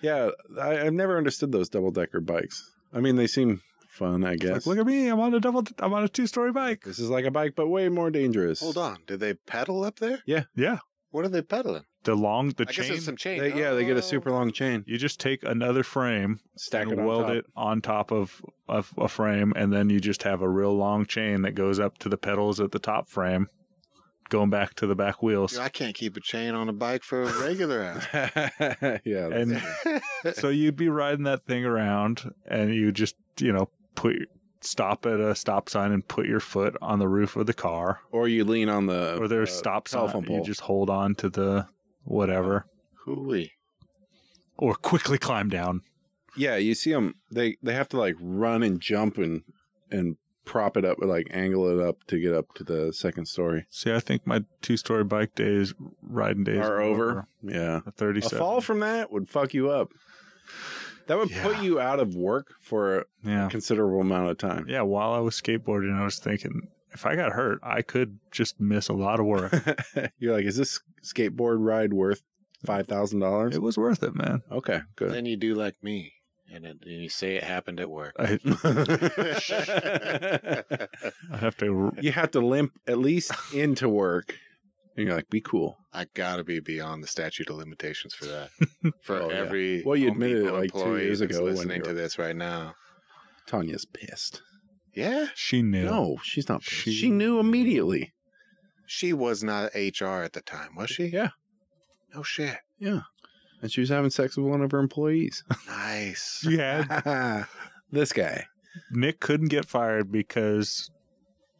C: yeah, I, I've never understood those double decker bikes. I mean, they seem fun, I
A: It's
C: guess.
A: Like, look at me, I'm on a double, I'm on a two story bike.
C: this is like a bike, but way more dangerous.
B: Hold on, did they pedal up there?
A: Yeah,
B: What are they pedaling?
A: the long the
B: I guess
A: chain.
B: it's some chain.
C: They, yeah, they get
B: Oh.
C: a super long chain.
A: You just take another frame
C: Stack
A: and
C: it on
A: weld
C: top.
A: it on top of, of a frame, and then you just have a real long chain that goes up to the pedals at the top frame, going back to the back wheels.
B: Dude, I can't keep a chain on a bike for a regular hour.
C: yeah. that's-
A: And so you'd be riding that thing around and you just, you know, put your- stop at a stop sign and put your foot on the roof of the car
C: or you lean on the
A: or there's
C: uh,
A: stop sign
C: telephone
A: you
C: pole.
A: just hold on to the whatever
B: Hooey.
C: Oh.
A: or quickly climb down
C: Yeah, you see them. They they have to like run and jump and and prop it up, or like angle it up to get up to the second story.
A: see i think my two-story bike days riding days
C: Are over. Yeah,
A: A
C: a
A: 37
C: fall from that would fuck you up. That would put
A: Yeah.
C: you out of work for
A: yeah
C: a considerable amount of time.
A: yeah while i was skateboarding i was thinking if i got hurt i could just miss a lot of work
C: You're like, is this skateboard ride worth five thousand dollars?
A: it was worth it man
C: Okay, good.
B: Then you do like me, and, it, and you say it happened at work.
A: I,
B: I
A: i'd have to
C: you have to limp at least into work, and you're like, be cool.
B: gotta be beyond the statute of limitations for that. For
C: Oh, yeah.
B: every
C: Well, you
B: Home
C: admitted it,
B: Depot
C: like, two
B: employee
C: years
B: that's
C: ago when
B: Listening
C: you
B: to
C: were-
B: this right now,
C: Tanya's pissed.
B: yeah,
A: she knew
C: No, she's not. Pissed.
A: She-
C: She, knew immediately.
B: she was not HR at the time, was she?
C: Yeah,
B: No shit.
C: and she was having sex with one of her employees.
B: Nice.
A: you had
C: this guy.
A: Nick couldn't get fired because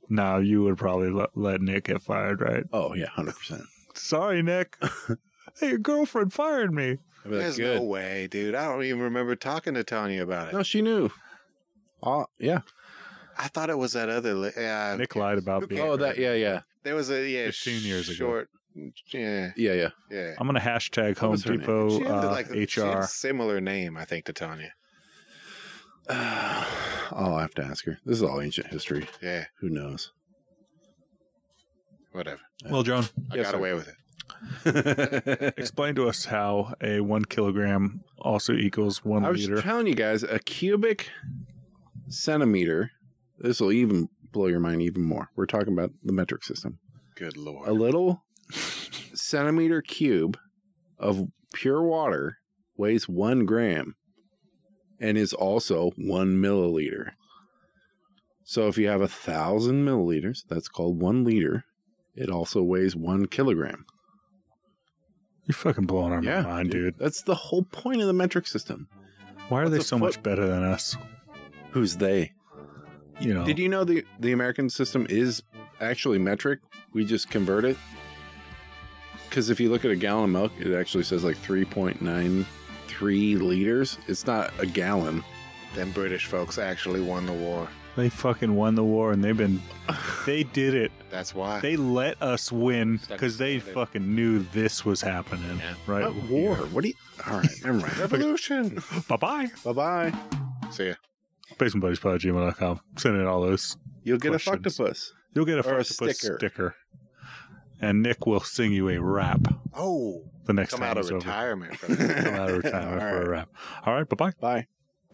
A: now you would probably let, let Nick get fired, right?
C: Oh yeah, hundred percent.
A: Sorry, Nick. hey, your girlfriend fired me.
B: There's no way, dude. I don't even remember talking to Tanya about it.
C: No, she knew. Oh yeah.
B: I thought it was that other. Li- yeah,
A: Nick lied
B: Who
A: about me.
B: cares?
C: Oh that. Yeah yeah
B: There was a yeah,
A: 15 years ago.
B: short, mm, Yeah,
C: yeah yeah.
B: yeah.
A: I'm gonna hashtag Home
C: was her name?
A: Depot
B: She had,
A: uh,
B: like, she had
A: HR.
B: a similar name, I think, to Tanya.
C: Uh, I'll have to ask her. This is all ancient history.
B: Yeah,
C: Who knows?
B: whatever.
A: Well, John,
B: I
C: Yes,
B: got
C: sir.
B: away with it.
C: I
A: explain to us how a one kilogram also equals one
C: was
A: liter.
C: telling you guys a cubic centimeter. This will even blow your mind even more. We're talking about the metric system.
B: Good
C: a
B: lord.
C: little centimeter cube of pure water weighs one gram and is also one milliliter. So if you have a thousand milliliters, that's called one liter. It also weighs one kilogram.
A: You're fucking blowing our mind, dude.
C: That's the whole point of the metric system.
A: Why are they
C: a
A: so much better than us?
C: Who's they?
A: You know,
C: Did you know the the American system is actually metric? We just convert it. Because if you look at a gallon of milk, it actually says like 3.93 liters. It's not a gallon.
B: Them British folks actually won the war.
A: they fucking won the war and they've been, they did it.
B: That's why.
A: They let us win
B: Stuck
A: because they
B: together.
A: fucking knew this was happening,
B: Yeah.
A: right?
C: What war? What do you? All right, never mind.
B: Revolution.
A: Bye bye.
C: bye bye.
B: See ya.
A: BasementBuddiesPod@gmail.com. Send in all those.
C: You'll get
A: Questions.
C: a fucktopus.
A: You'll get a,
C: Or a
A: Fucktopus
C: sticker.
A: sticker, and Nick will sing you a rap
B: Oh,
A: the next
B: come
A: time
B: out of
A: it's over.
B: retirement. From this.
A: Come out of retirement for
C: All
A: a
C: right.
A: rap. All right. Bye bye.
C: Bye.